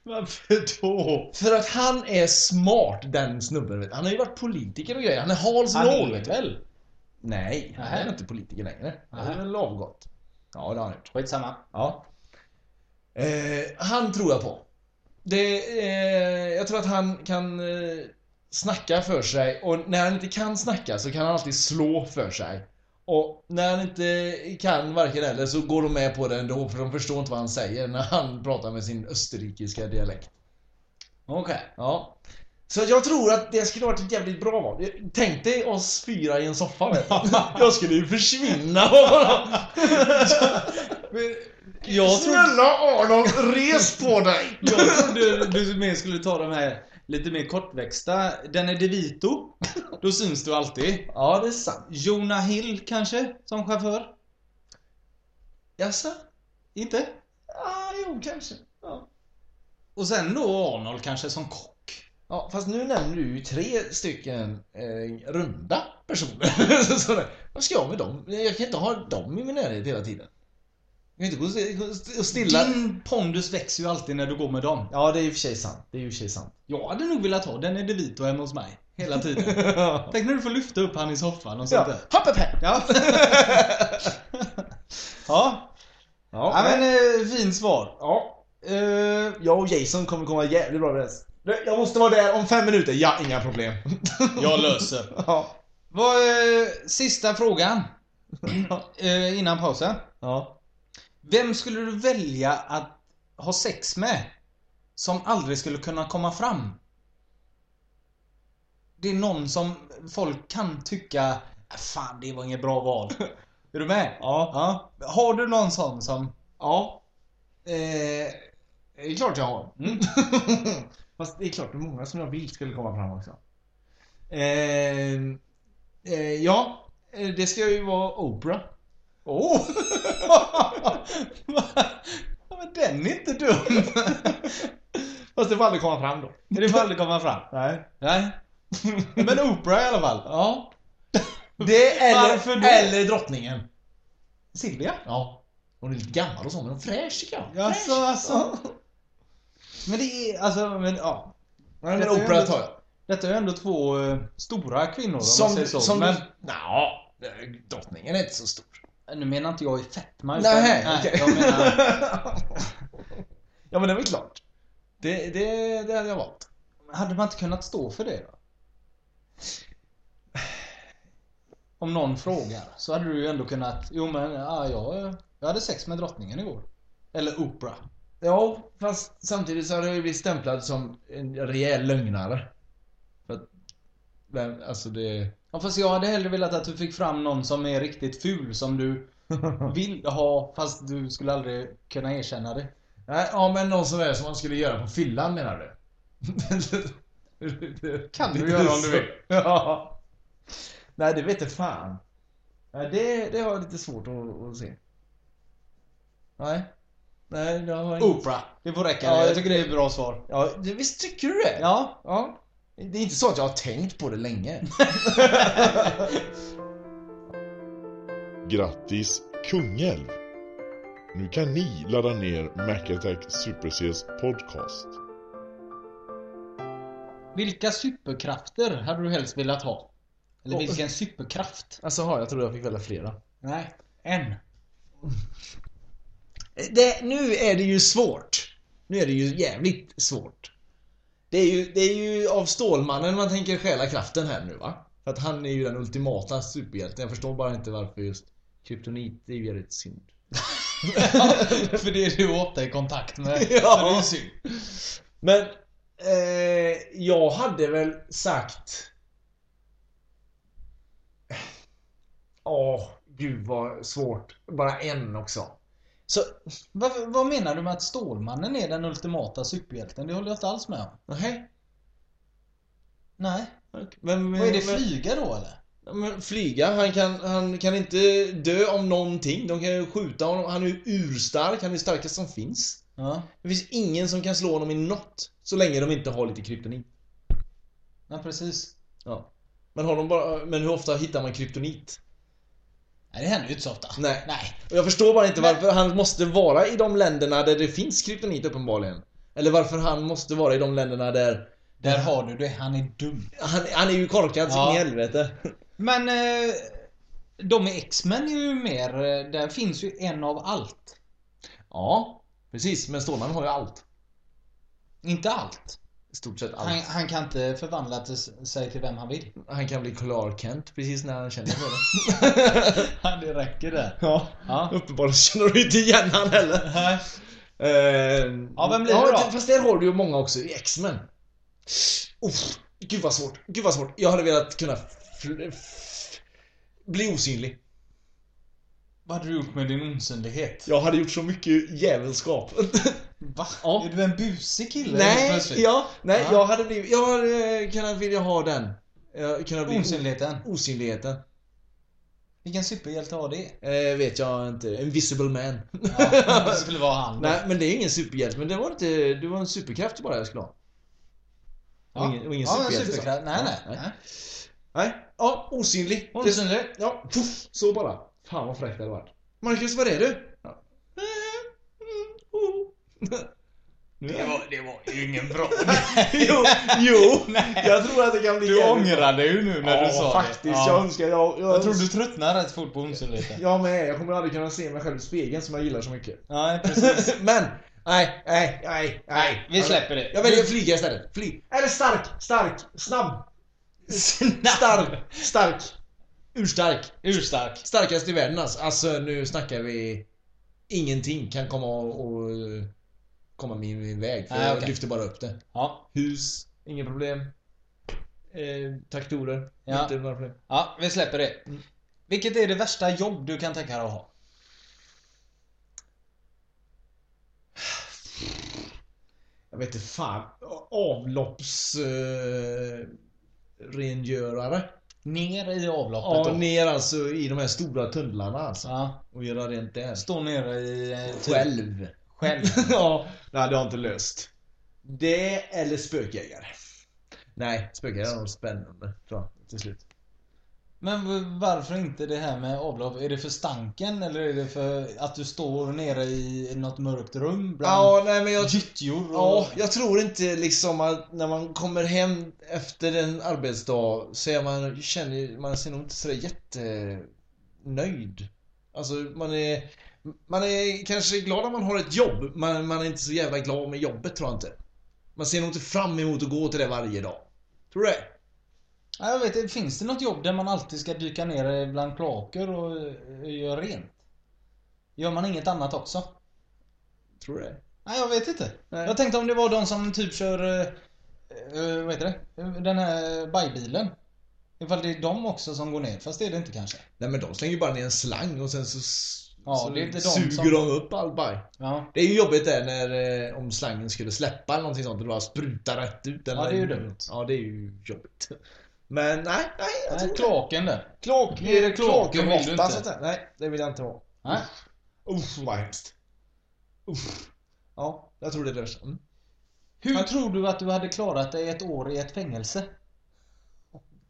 C: Varför då?
B: För att han är smart den snubben. vet du. Han har ju varit politiker och grejer. Han är Hans
C: Han är
B: Noll.
C: det väl?
B: Nej, han
C: Nähä.
B: är inte politiker längre. Han
C: Nähä.
B: är väl avgått. Ja, det har han gjort.
C: Skitsamma.
B: Ja. Eh, han tror jag på. Det, eh, jag tror att han kan eh, snacka för sig och när han inte kan snacka så kan han alltid slå för sig. Och när han inte kan varken eller så går de med på det ändå för de förstår inte vad han säger när han pratar med sin österrikiska dialekt.
C: Okej.
B: Ja. Så jag tror att det skulle varit ett jävligt bra val. Tänk dig oss fyra i en soffa vet
C: [laughs]
B: du. Jag skulle ju försvinna.
C: Jag trodde,
B: Snälla Arnold, res på dig!
C: jag trodde du mer skulle ta de här lite mer kortväxta. Den är DeVito. Då syns du alltid.
B: Ja, det är sant.
C: Jonah Hill kanske, som chaufför?
B: Jaså?
C: Inte?
B: Ja, jo, kanske. Ja.
C: Och sen då Arnold kanske som kock.
B: ja, fast nu nämner du ju tre stycken eh, runda personer. [laughs] Så- så där. Vad ska jag med dem? Jag kan inte ha dem i min närhet hela tiden. Jag kan inte gå och st- och stilla...
C: Din pondus växer ju alltid när du går med dem.
B: Ja, det är i och för sig sant. Det är i och för sig sant.
C: Jag hade nog velat ha den är DeVito hemma hos mig. Hela tiden.
B: ja.
C: Tänk när du får lyfta upp han i soffan och sånt
B: ja.
C: där.
B: Hopp upp här!
C: Ja.
B: [laughs]
C: ja. ja, men eh, fint svar.
B: ja.
C: Eh,
B: Jag och Jason kommer komma jävligt bra överens. Du, Jag måste vara där om fem minuter. Ja, inga problem.
C: jag löser.
B: ja.
C: Vad, eh, sista frågan. [clears throat] eh, innan pausen.
B: Ja.
C: Vem skulle du välja att ha sex med? Som aldrig skulle kunna komma fram? Det är någon som folk kan tycka, "Äh, fan det var inget
B: [laughs]
C: bra val. är du med? Ja. Har du någon sån som...
B: Ja. Eh, det är klart jag har.
C: [laughs]
B: Fast det är klart det är många som jag vill skulle komma fram också. Eh,
C: Ehm,
B: eh, ja, eh, det ska ju vara Oprah.
C: Åh! [laughs] Ja, men Den är inte dum!
B: [laughs] Fast det får aldrig komma fram då.
C: det får aldrig komma fram.
B: Nej. [laughs]
C: Nej. Men Oprah i alla fall.
B: Ja. Det eller,
C: Varför då?
B: eller drottningen.
C: Silvia?
B: Ja. Hon är lite gammal och så, men hon är fräsch tycker jag.
C: Jaså, alltså. Men det är, alltså, men ja.
B: Nej, men
C: Detta är
B: Oprah
C: ändå-
B: tar jag.
C: Detta är ändå två eh, stora kvinnor om man
B: Som,
C: säger så.
B: som
C: men
B: Nja, drottningen är inte så stor.
C: nu menar inte jag i fetma utan...
B: Nej, okej.
C: jag menar...
B: [laughs] ja men det är väl klart. Det, det, det hade jag valt.
C: Hade man inte kunnat stå för det då? Om någon frågar så hade du ju ändå kunnat... Jo men ja, jag, eh, jag hade sex med drottningen igår. Eller Oprah.
B: Ja, fast samtidigt så hade jag ju blivit stämplad som en rejäl lögnare. För att, vem, alltså det...
C: Ja, fast jag hade hellre velat att du fick fram någon som är riktigt ful som
B: [laughs]
C: du vill ha fast du skulle aldrig kunna erkänna det.
B: Nej, ja men någon som är som man skulle göra på fyllan menar du? [laughs]
C: Kan du göra om du vill.
B: Ja. Nej, det vet jag fan. Nej, det, det har jag lite svårt att, att se. Nej. Nej, det har jag inte.
C: Oprah. Det får räcka.
B: Ja,
C: jag tycker det är ett bra svar.
B: Ja, det- visst tycker du det?
C: Ja,
B: ja. Det är inte så att jag har tänkt på det länge.
D: Grattis Kungälv! Nu kan ni ladda ner Mac Attack Super Cs podcast.
C: Vilka superkrafter hade du helst velat ha? Eller
B: Och-
C: vilken superkraft?
B: Alltså, har jag tror jag fick välja flera.
C: Nej, en.
B: Det, nu är det ju svårt. Nu är det ju jävligt svårt. Det är ju, det är ju av Stålmannen man tänker stjäla kraften här nu va? För att han är ju den ultimata superhjälten. Jag förstår bara inte varför just kryptonit, det är ju jävligt synd.
C: [laughs] För det är du ofta i kontakt med.
B: [laughs] Ja.
C: Så det är ju synd.
B: Men eh, jag hade väl sagt... Ja,
H: Gud vad svårt. Bara en också.
C: Så, vad, vad menar du med att Stålmannen är den ultimata superhjälten? Det håller jag inte alls med om.
B: Nej.
C: Nej.
B: Men,
C: Vad är det, flyga då eller?
B: Men flyga, han kan, han kan inte dö om någonting. De kan ju skjuta honom. Han är ju urstark, han är starkast som finns.
C: Ja.
B: Det finns ingen som kan slå honom i något. Så länge de inte har lite kryptonit.
C: Nej, precis.
B: Ja. Men, har de bara, men hur ofta hittar man kryptonit?
C: Nej, det händer ju inte så ofta.
B: Nej.
C: Nej.
B: Och jag förstår bara inte
C: Men-
B: varför han måste vara i de länderna där det finns kryptonit uppenbarligen. Eller varför han måste vara i de länderna där...
C: Där har du det. Han är dum.
B: Han, han är ju korkad så
C: Ja.
B: in i helvete.
C: Men eh, de i X-Men är ju mer... eh, Där finns ju en av allt.
B: Ja, precis. Men Stålmannen har ju allt.
C: Inte allt.
B: I stort sett allt.
C: Han, han kan inte förvandla till, sig till vem
B: [laughs]
C: han vill.
B: Han kan bli Clark Kent precis när han känner för det. [laughs]
C: Ja, det räcker det.
B: ja.
C: Ja.
B: Uppenbarligen känner du inte igen han heller.
C: [laughs] Nej.
B: Eh,
C: Ja, vem blir det då?
B: Fast där har du ju många också i X-Men. Uff, gud vad svårt. Gud vad svårt. Jag hade velat kunna fl- f- bli osynlig.
C: Vad har du gjort med din osynlighet?
B: Jag hade gjort så mycket djävulskap.
C: Va?
B: Ja.
C: Är du en busig kille helt
B: nej,
C: plötsligt?
B: ja, nej
C: Ja.
B: jag hade blivit... Jag hade eh, kunnat vilja ha den. Jag kunnat bli
C: Osynligheten.
B: Osynligheten.
C: Vilken superhjälte
B: [laughs]
C: har det?
B: Eh, vet jag inte. Invisible man.
C: Ja, det skulle vara han. då.
B: Nej, men det är ingen superhjälte. Men det var inte... Det var en superkraft bara jag skulle ha.
C: Ja.
B: Och ingen, och ingen
C: ja, men
B: superhjälte. så.
C: superkraft. Nej, nej.
B: Nej.
C: nej.
B: Nej. Ja, osynlig.
C: Hon
B: Det-
C: är synlig.
B: Ja, puff, så bara. Fan vad fräckt det hade varit. Marcus, var är du? Ja. [laughs] Nu är jag...
C: det var ju ingen
B: [laughs]
C: bra.
B: jo, jo. Jag tror att det kan bli
C: [laughs] Du
B: jävligt bra.
C: ångrar dig ju nu när
B: ja,
C: du sa
B: faktiskt.
C: det.
B: Jag önskar... Jag, jag,
C: Jag tror du tröttnar rätt fort på
B: [laughs]
C: osynligheten.
B: Jag med. Jag kommer aldrig kunna se mig själv i spegeln som jag gillar så mycket.
C: Nej, precis.
B: [laughs] Men! Nej, nej, nej, nej.
C: Vi släpper det.
B: Jag väljer att flyga istället. Fly. Eller stark, stark, snabb. Stark, stark. Urstark.
C: Urstark.
B: Starkast i världen alltså. alltså nu snackar vi... Ingenting kan komma och, och komma min, min väg. För
C: Nej,
B: jag
C: okej.
B: lyfter bara upp det.
C: Ja,
B: Hus, inga problem. Eh, traktorer,
C: Ja.
B: inte några problem.
C: ja, vi släpper det. Vilket är det värsta jobb du kan tänka dig att ha?
B: Jag vet inte fan. Avloppsrengörare. Eh, rengörare.
C: Ner i
B: ja,
C: avloppet då?
B: ner alltså i de här stora tunnlarna alltså.
C: Ja,
B: Och göra rent där.
C: stå nere i... eh, typ-
B: Själv.
C: Själv.
B: [laughs] ja, nej, det har jag inte löst. Det eller spökjägare. Nej, spökjägare är nog spännande tror jag, till slut.
C: Men v- varför inte det här med avlopp? Är det för stanken eller är det för att du står nere i något mörkt rum bland
B: Ja, nej men jag...
C: gyttjor? Och...
B: Ja, jag tror inte liksom att när man kommer hem efter en arbetsdag så är man, känner man sig nog inte sådär jättenöjd. Alltså man är, man är kanske glad att man har ett jobb, men man är inte så jävla glad med jobbet tror jag inte. Man ser nog inte fram emot att gå till det varje dag. Tror du det?
C: Ja, jag vet inte. Finns det något jobb där man alltid ska dyka ner bland kloaker och eh, göra rent? Gör man inget annat också?
B: Tror du det?
C: Nej, jag vet inte.
B: Nej.
C: Jag tänkte om det var de som typ kör... eh, eh, vad heter det? Den här bajbilen. Ifall det är de också som går ner. Fast det är det inte kanske.
B: Nej men de slänger ju bara ner en slang och sen så, s-
C: Ja,
B: så
C: det är inte de
B: suger
C: som-
B: de upp all baj.
C: Ja.
B: Det är ju jobbigt där när, eh, om slangen skulle släppa eller någonting sånt och det bara sprutar rätt ut. Eller?
C: Ja, det är ju dumt.
B: Ja, det är ju jobbigt. Men nej, nej. Jag
C: Nej,
B: tror
C: kloaken där.
B: klok.
C: Är det kloaken vill du inte?
B: Sånt där. Nej, det vill jag inte vara.
C: Nej.
B: Uff, vad hemskt. Uff. Ja, jag tror det är det värsta. Mm.
C: Hur tror du att du hade klarat dig ett år i ett fängelse?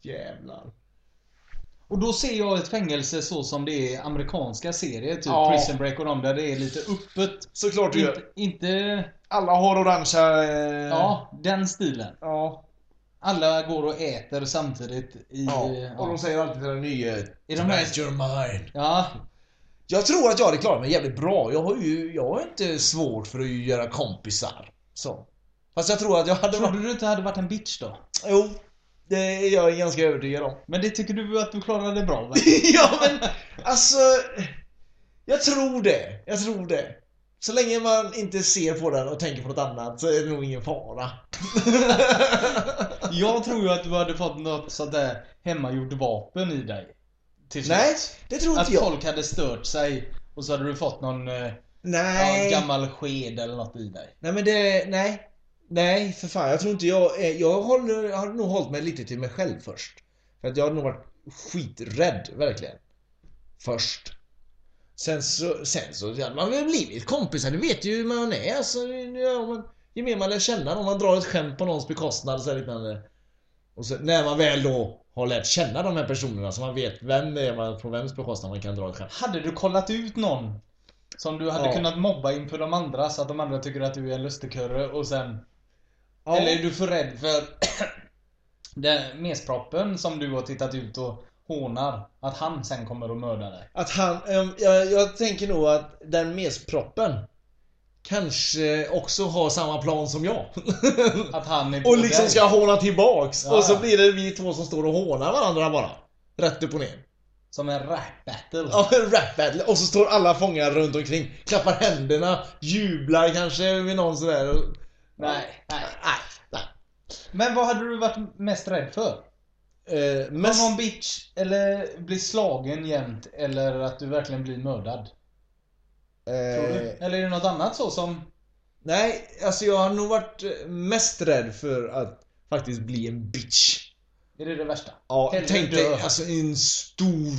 B: Jävlar.
C: Och då ser jag ett fängelse så som det är i amerikanska serier, typ
B: Ja.
C: Prison Break och de där det är lite öppet.
B: Såklart du
C: Inte,
B: gör.
C: inte
B: Alla har orangea... Eh...
C: ja, den stilen.
B: Ja.
C: Alla går och äter samtidigt i...
B: ja. Och de
C: Ja,
B: säger alltid till den nya...
C: I de här-
B: Tonight you're mine.
C: ja,
B: Jag tror att jag hade klarat mig jävligt bra. Jag har ju jag har inte svårt för att göra kompisar. Så. Fast jag tror att jag hade
C: Trodde
B: varit...
C: du inte hade varit en bitch då?
B: Jo, det är jag ganska övertygad om.
C: Men det tycker du att du klarade bra va?
B: [laughs] ja men alltså... Jag tror det. Jag tror det. Så länge man inte ser på den och tänker på något annat så är det nog ingen fara. [laughs]
C: Jag tror ju att du hade fått något sånt där hemmagjort vapen i dig. till slut?
B: Nej, det tror
C: Att
B: inte jag.
C: folk hade stört sig och så hade du fått någon eh,
B: Nej.
C: ja, gammal sked eller något i dig.
B: Nej men det, nej. Nej för fan, jag tror inte jag, eh, jag håller, jag har nog hållit mig lite till mig själv först. För att jag har nog varit skiträdd, verkligen. Först. Sen så, sen så hade man väl blivit kompisar, det vet ju hur man är. Så, ja, om man, ju mer man lär känna någon, man drar ett skämt på någons bekostnad och liknande. Och så, när man väl då har lärt känna de här personerna så man vet vem det är man, på vems bekostnad man kan dra ett skämt.
C: Hade du kollat ut någon som du hade
B: Ja.
C: kunnat mobba inför de andra så att de andra tycker att du är en lustigkurre och sen...
B: Ja.
C: Eller är du för rädd för [coughs] den mesproppen som du har tittat ut och hånar? Att han sen kommer att mörda dig?
B: Att han, ehm, jag, jag tänker nog att den mesproppen kanske också har samma plan som jag.
C: Att han är
B: [laughs]
C: på
B: och liksom
C: dig?
B: ska håna tillbaks.
C: Ja.
B: Och så blir det vi två som står och hånar varandra bara. Rätt upp och ner.
C: Som en rap battle?
B: Ja, en rap battle. Och så står alla fångar runt omkring. Klappar händerna, jublar kanske vid någon sådär.
C: Nej, nej.
B: Nej, nej.
C: Men vad hade du varit mest rädd för?
B: Eh,
C: Mest...
B: mest,
C: Någon bitch eller bli slagen jämt eller att du verkligen blir mördad? Tror du?
B: eh,
C: Eller är det något annat så som...
B: Nej, alltså jag har nog varit eh, mest rädd för att faktiskt bli en bitch.
C: Är det det värsta?
B: Ja,
C: Hellre
B: tänk dig
C: dö.
B: alltså en stor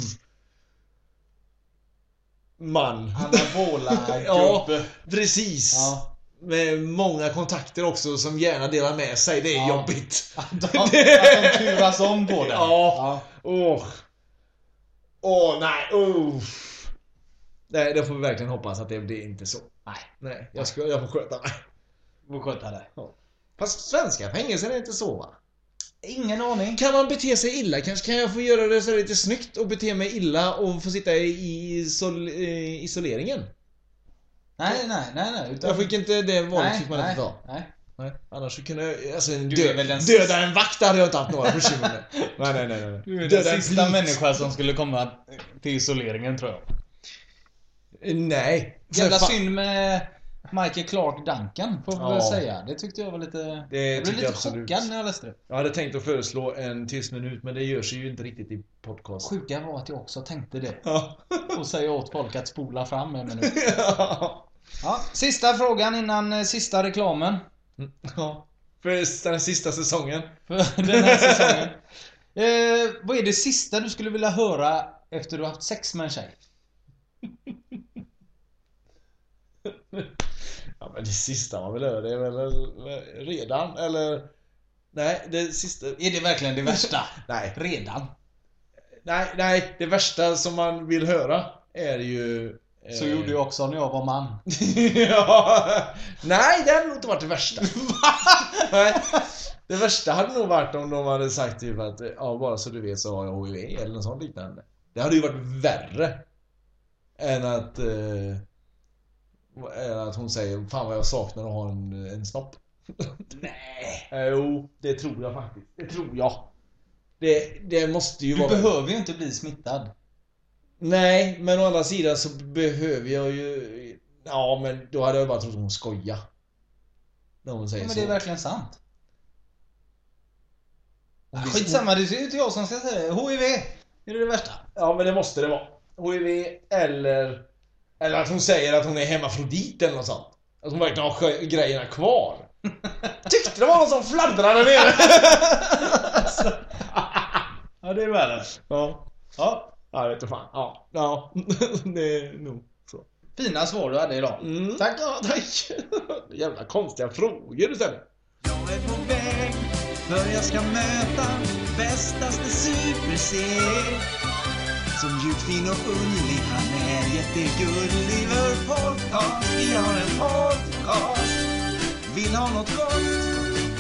B: man.
C: Anabola
B: ja,
C: [laughs] gubbe.
B: precis.
C: Ja.
B: Med många kontakter också som gärna delar med sig. Det är
C: Ja.
B: jobbigt.
C: Att de, att de turas om på den.
B: Ja. Åh, Åh, nej. Oh. Nej, det får vi verkligen hoppas att det blir inte så.
C: Nej,
B: Nej, jag, ska, jag får sköta mig.
C: får sköta det.
B: Fast svenska fängelser är inte så va?
C: Ingen aning.
B: Kan man bete sig illa? Kanske kan jag få göra det så lite snyggt och bete mig illa och få sitta i isol- eh, isoleringen?
C: Nej, nej, nej, nej. Utan...
B: Jag fick inte det valet
C: nej,
B: fick man
C: nej,
B: inte ta.
C: Nej.
B: Nej. Annars så kunde jag... Alltså, en
C: Du
B: dö-
C: är väl den sista-
B: döda en vakt hade jag inte haft några bekymmer
C: [laughs]
B: med. nej, nej, nej, nej.
C: Du är
B: Döda
C: den
B: en
C: sista
B: polis.
C: människan som skulle komma till isoleringen tror jag.
B: Eh, Nej.
C: Jävla
B: För fan.
C: synd med Michael Clark Duncan får man väl
B: Ja.
C: säga. Det tyckte jag var lite...
B: Det
C: jag blev
B: tycker
C: lite
B: jag absolut.
C: chockad när jag läste det.
B: Jag hade tänkt att föreslå en tyst minut men det gör sig ju inte riktigt i podcast.
C: Sjuka var att jag också tänkte det.
B: [laughs] Ja.
C: Och säga åt folk att spola fram en minut. [laughs] Ja, sista frågan innan eh, sista reklamen.
B: ja. För den sista säsongen.
C: För [laughs] den här säsongen. Eh, vad är det sista du skulle vilja höra efter du har haft sex med en tjej?
B: Ja men det sista man vill höra det är väl redan eller? Nej, det sista...
C: Är det verkligen det [laughs] värsta?
B: Nej.
C: Redan?
B: Nej, nej. Det värsta som man vill höra är ju...
C: Så gjorde jag också när jag var man.
B: [laughs] ja. Nej, det hade nog inte varit det värsta. nej. Det värsta hade nog varit om de hade sagt typ att ja, bara så du vet så har jag HIV eller något sånt liknande. Det hade ju varit värre. Än att... Eh, än att hon säger fan vad jag saknar att ha en, en snopp. Nej. Eh, [laughs] Jo, det tror jag faktiskt. Det tror jag. Det, det måste ju
C: Du
B: vara...
C: behöver ju inte bli smittad.
B: Nej, men å andra sidan så behöver jag ju... Ja, men då hade jag bara trott att hon skoja. När hon säger
C: Ja, men
B: så.
C: det är verkligen sant. Skitsamma, det är ju inte jag som ska säga det. HIV! Är det det värsta?
B: Ja, men det måste det vara. HIV eller... Eller att hon säger att hon är hemmafrodit eller något sånt. Att hon verkligen har skö- grejerna
C: [laughs]
B: kvar. Tyckte det var någon som fladdrade nere.
C: Ja, det är värre.
B: ja.
C: Ja.
B: Ja, jag vet inte fan. Ja. Ja. [laughs] det är nog så.
C: Fina svar du hade idag.
B: Mm. Tack, ja, tack. [laughs] Jävla konstiga frågor du ställer.
G: Jag är på väg för jag ska möta bästaste super-C Som ljudfin och underlig han är jättegullig Vår podcast, vi har en podcast Vill ha något gott?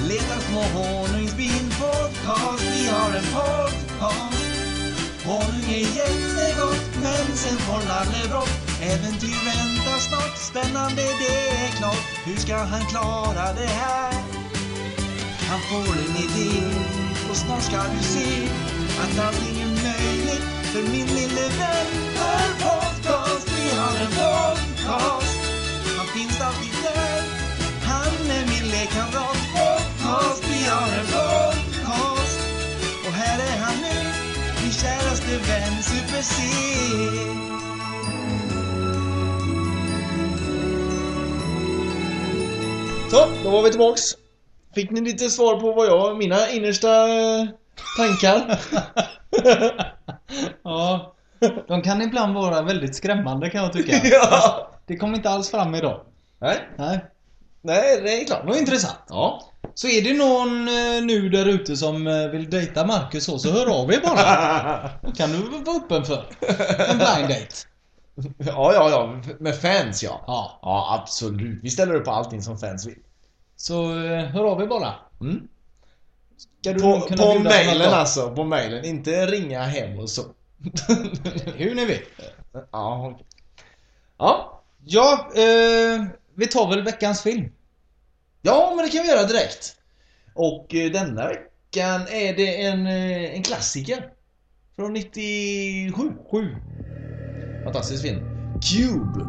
G: Letar små honungsbin podcast Vi har en podcast Honung är jättegott men sen får Lalle brått Äventyr väntar snart, spännande det är klart Hur ska han klara det här? Han får en idé och snart ska du se att allting är möjligt för min lille vän. Hör podcast, vi har en podcast. Han finns alltid där. Han är min lekkamrat. Podcast, vi har en podcast. Och här är han nu, min käraste vän. Super-C.
B: Så, då var vi tillbaks. Fick ni lite svar på vad jag, mina innersta eh, tankar?
C: [laughs] Ja. De kan ibland vara väldigt skrämmande kan jag [laughs] tycka.
B: [laughs] ja.
C: Det kom inte alls fram idag.
B: Nej,
C: Nej.
B: nej, det är
C: Det
B: klart.
C: var intressant.
B: Ja. [laughs]
C: Så är det någon eh, nu där ute som eh, vill dejta Marcus så, så hör av er
B: [laughs]
C: bara. Det kan du vara öppen för. En blind date.
B: Ja, ja, ja. Med fans, ja.
C: Ja.
B: Ja, absolut. Vi ställer upp på allting som fans vill.
C: Så eh, hör av er bara.
B: Mm.
C: Ska du
B: På,
C: kunna
B: på
C: bjuda på något
B: mailen
C: då?
B: alltså. På mailen. Inte ringa hem och så.
C: Hur ni vill.
B: ja, okej. ja.
C: Ja, eh, vi tar väl veckans film.
B: ja, men det kan vi göra direkt. Och eh, denna veckan är det en, eh, en klassiker. Från 97. Sju. Fantastisk film. Cube.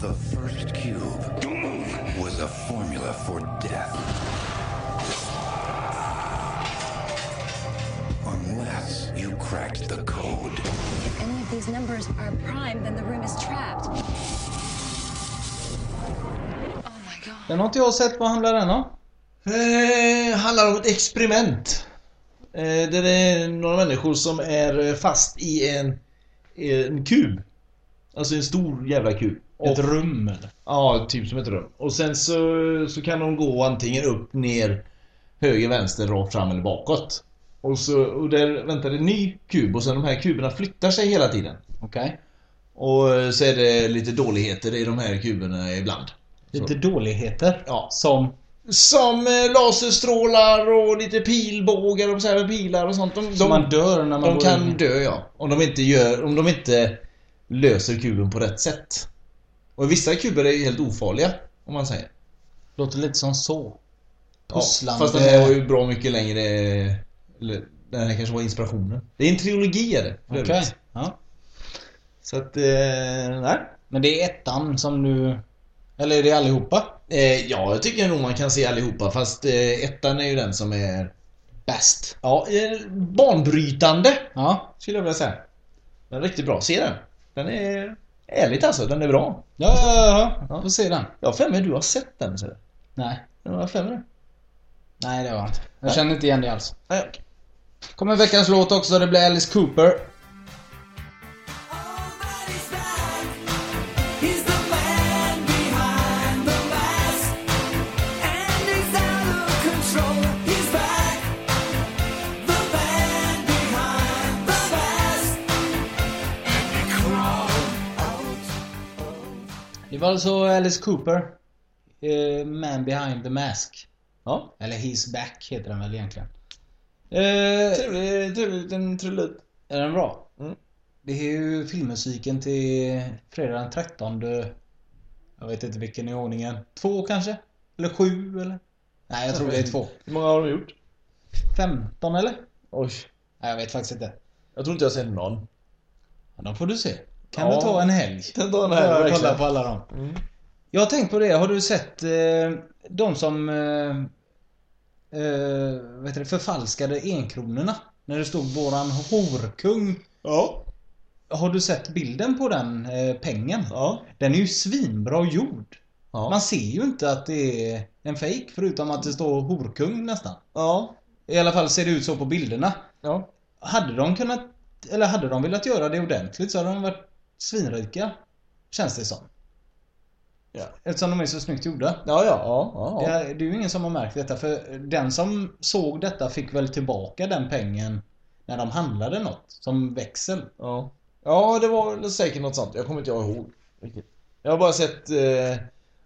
I: The first cube was a formula for death. Unless you cracked the code.
J: If any of these numbers are prime, then the room is trapped. Oh my god.
C: Den har inte jag sett. Vad handlar den om?
B: Eh, handlar om ett experiment. Eh, där det är några människor som är eh, fast i en, en kub. Alltså en stor jävla kub. Och,
C: Ett rum eller?
B: ja, typ som ett rum. Och sen så, så kan de gå antingen upp, ner, höger, vänster, rakt fram eller bakåt. Och, så, och där väntar en ny kub och sen de här kuberna flyttar sig hela tiden.
C: Okej.
B: Och eh, så är det lite dåligheter i de här kuberna ibland.
C: Lite dåligheter.
B: Ja.
C: Som...
B: Som eh, laserstrålar och lite pilbågar och så här med pilar och sånt. De,
C: som
B: de,
C: man dör när man
B: de
C: går
B: kan
C: in.
B: dö ja. Om de inte gör, om de inte löser kuben på rätt sätt. Och vissa kuber är helt ofarliga, om man säger.
C: Låter lite som så.
B: Ja,
C: Pusslande.
B: fast den här var ju bra mycket längre... Eller, den här kanske var inspirationen. Det är en trilogi är det, för
C: Okej.
B: övrigt.
C: Ja.
B: Så att, eh, nej.
C: Men det är ettan som du... Eller är det allihopa?
B: Eh, ja, jag tycker nog man kan se allihopa, fast eh, ettan är ju den som är...
C: Bäst.
B: Ja, eh, banbrytande.
C: Ja.
B: skulle jag vilja säga. Den är riktigt bra. Se den. Den är... Ärligt alltså, den är bra.
C: Ja, ja, ja. ja. Får se den.
B: Jag har för mig du har sett den. Så.
C: Nej.
B: Jag har för mig det.
C: Nej, det var inte. Jag känner inte igen det alls.
B: Nej, okej.
C: Kommer veckans låt också. Det blir Alice Cooper. Det var alltså Alice Cooper. eh, Man behind the mask.
B: Ja.
C: Eller He's back heter den väl egentligen. Eh,
B: Trevlig, trevlig liten trudelutt.
C: är den bra?
B: Mm.
C: Det är ju filmmusiken till fredag den 13. Jag vet inte vilken i ordningen. Två kanske? Eller sju eller? Nej, jag tror det är två.
B: Hur många har de gjort?
C: 15 eller?
B: Oj.
C: Nej, jag vet faktiskt inte.
B: Jag tror inte jag har sett någon.
C: Ja, då får du se. Kan
B: Ja.
C: du ta en helg?
B: Den dagen
C: Ja,
B: här,
C: jag kollar
B: verkligen.
C: på alla dem.
B: Mm.
C: Jag har tänkt på det. Har du sett eh, de som eh, eh, vad heter det, förfalskade enkronorna? När det stod våran horkung.
B: Ja.
C: Har du sett bilden på den eh, pengen?
B: Ja.
C: Den är ju svinbra gjord.
B: Ja.
C: Man ser ju inte att det är en fake förutom att det står horkung nästan.
B: ja.
C: I alla fall ser det ut så på bilderna.
B: Ja.
C: Hade de kunnat, eller hade de velat göra det ordentligt så hade de varit svinrika. Känns det som.
B: Ja.
C: Eftersom de är så snyggt gjorda.
B: Ja, ja, ja, ja,
C: Det,
B: ja.
C: är, det är ju ingen som har märkt detta för den som såg detta fick väl tillbaka den pengen när de handlade något som växel.
B: Ja, ja det var väl säkert något sånt. Jag kommer inte ihåg riktigt. Jag har bara sett... Eh,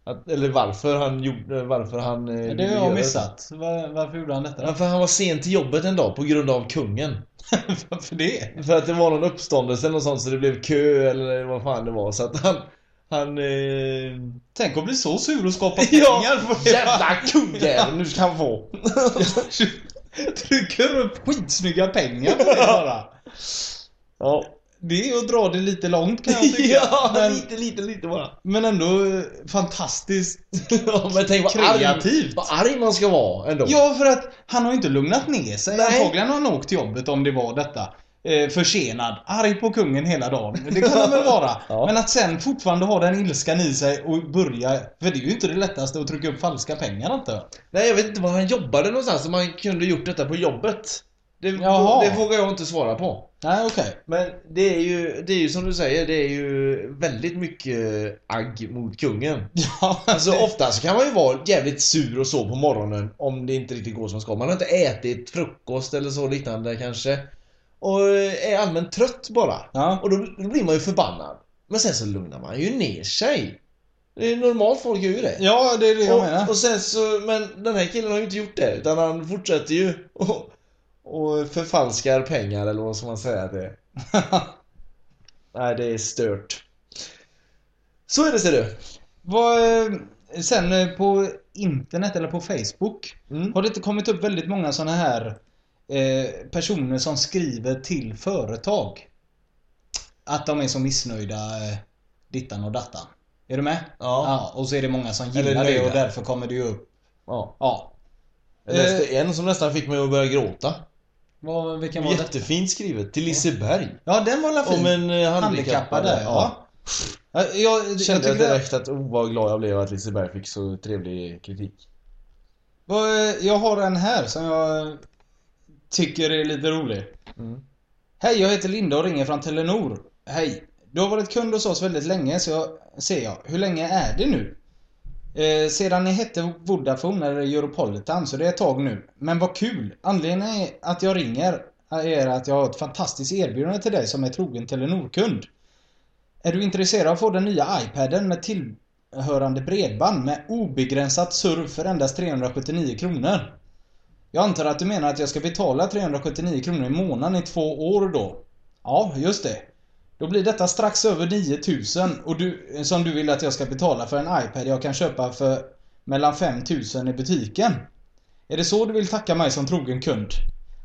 B: att, eller varför han gjorde... Varför han... Eh,
C: Det
B: ville
C: har
B: göra
C: jag missat. Var, varför gjorde han detta? [laughs]
B: Ja, för han var sen till jobbet en dag på grund av kungen.
C: Varför det?
B: För att det var någon uppståndelse eller något sånt så det blev kö eller vad fan det var så att han... Han... Eh...
C: Tänk att bli så sur och skapa
B: [laughs] Ja,
C: pengar på
B: jävla kungjävel nu ska han
C: [laughs]
B: få!
C: Trycker upp skitsnygga pengar på det bara.
B: Ja.
C: Det är att dra det lite långt kan jag tycka.
B: [laughs] Ja,
C: men,
B: lite, lite, lite bara.
C: men ändå eh, fantastiskt
B: [laughs] Ja, men tänk vad arg,
C: kreativt.
B: vad arg man ska vara ändå.
C: Ja, för att han har ju inte lugnat ner sig.
B: Nej.
C: Antagligen har han åkt till jobbet om det var detta. Eh, försenad, arg på kungen hela dagen. Det kan han väl vara.
B: [laughs] Ja.
C: Men att sen fortfarande ha den ilskan i sig och börja... För det är ju inte det lättaste att trycka upp falska pengar antar jag.
B: Nej, jag vet inte var han jobbade någonstans, så man kunde gjort detta på jobbet. Det,
C: Jaha.
B: det vågar jag inte svara på.
C: Nej, okej.
B: Men det är, ju, det är ju som du säger, det är ju väldigt mycket agg mot kungen.
C: [laughs] Ja,
B: Alltså oftast kan man ju vara jävligt sur och så på morgonen om det inte riktigt går som ska. Man har inte ätit frukost eller så liknande kanske. Och är allmänt trött bara.
C: Ja.
B: Och då, då blir man ju förbannad. Men sen så lugnar man ju ner sig. Det är normalt folk gör ju det.
C: ja, det är det jag menar.
B: och, och sen så, men den här killen har ju inte gjort det utan han fortsätter ju och, och förfalskar pengar eller vad ska man säga det
C: [laughs]
B: är. Nej, det är stört. Så är det ser du.
C: Vad, eh, sen eh, på internet eller på Facebook
B: Mm.
C: har det inte kommit upp väldigt många såna här eh, personer som skriver till företag. Att de är så missnöjda eh, dittan och dattan. Är du med?
B: Ja.
C: Och så är det många som
B: Eller
C: gillar det och
B: nöjda.
C: därför kommer det ju upp.
B: Ja.
C: Ja. Eh.
B: Jag läste en som nästan fick mig att börja gråta.
C: Vad, vilken var det?
B: Jättefint skrivet. Till Liseberg.
C: Ja, den var la fin.
B: Om en eh, handikappad.
C: Handikappade. Ja. Ja. Jag, jag,
B: Kände jag
C: tycker-
B: direkt att oh, vad glad jag blev att Liseberg fick så trevlig kritik.
C: Vad- eh, Jag har en här som jag tycker är lite rolig.
B: Mm.
C: Hej, jag heter Linda och ringer från Telenor. Hej. Du har varit kund hos oss väldigt länge, så jag, ser jag. Hur länge är det nu? Eh, sedan ni hette Vodafone eller Europolitan, så det är ett tag nu. Men vad kul! Anledningen är att jag ringer är att jag har ett fantastiskt erbjudande till dig som är trogen Telenor-kund. Är du intresserad av att få den nya iPaden med tillhörande bredband med obegränsat surf för endast 379 kronor? Jag antar att du menar att jag ska betala 379 kronor i månaden i två år då? Ja, just det. Då blir detta strax över 9000 och du, som du vill att jag ska betala för en iPad jag kan köpa för mellan 5000 i butiken. Är det så du vill tacka mig som trogen kund?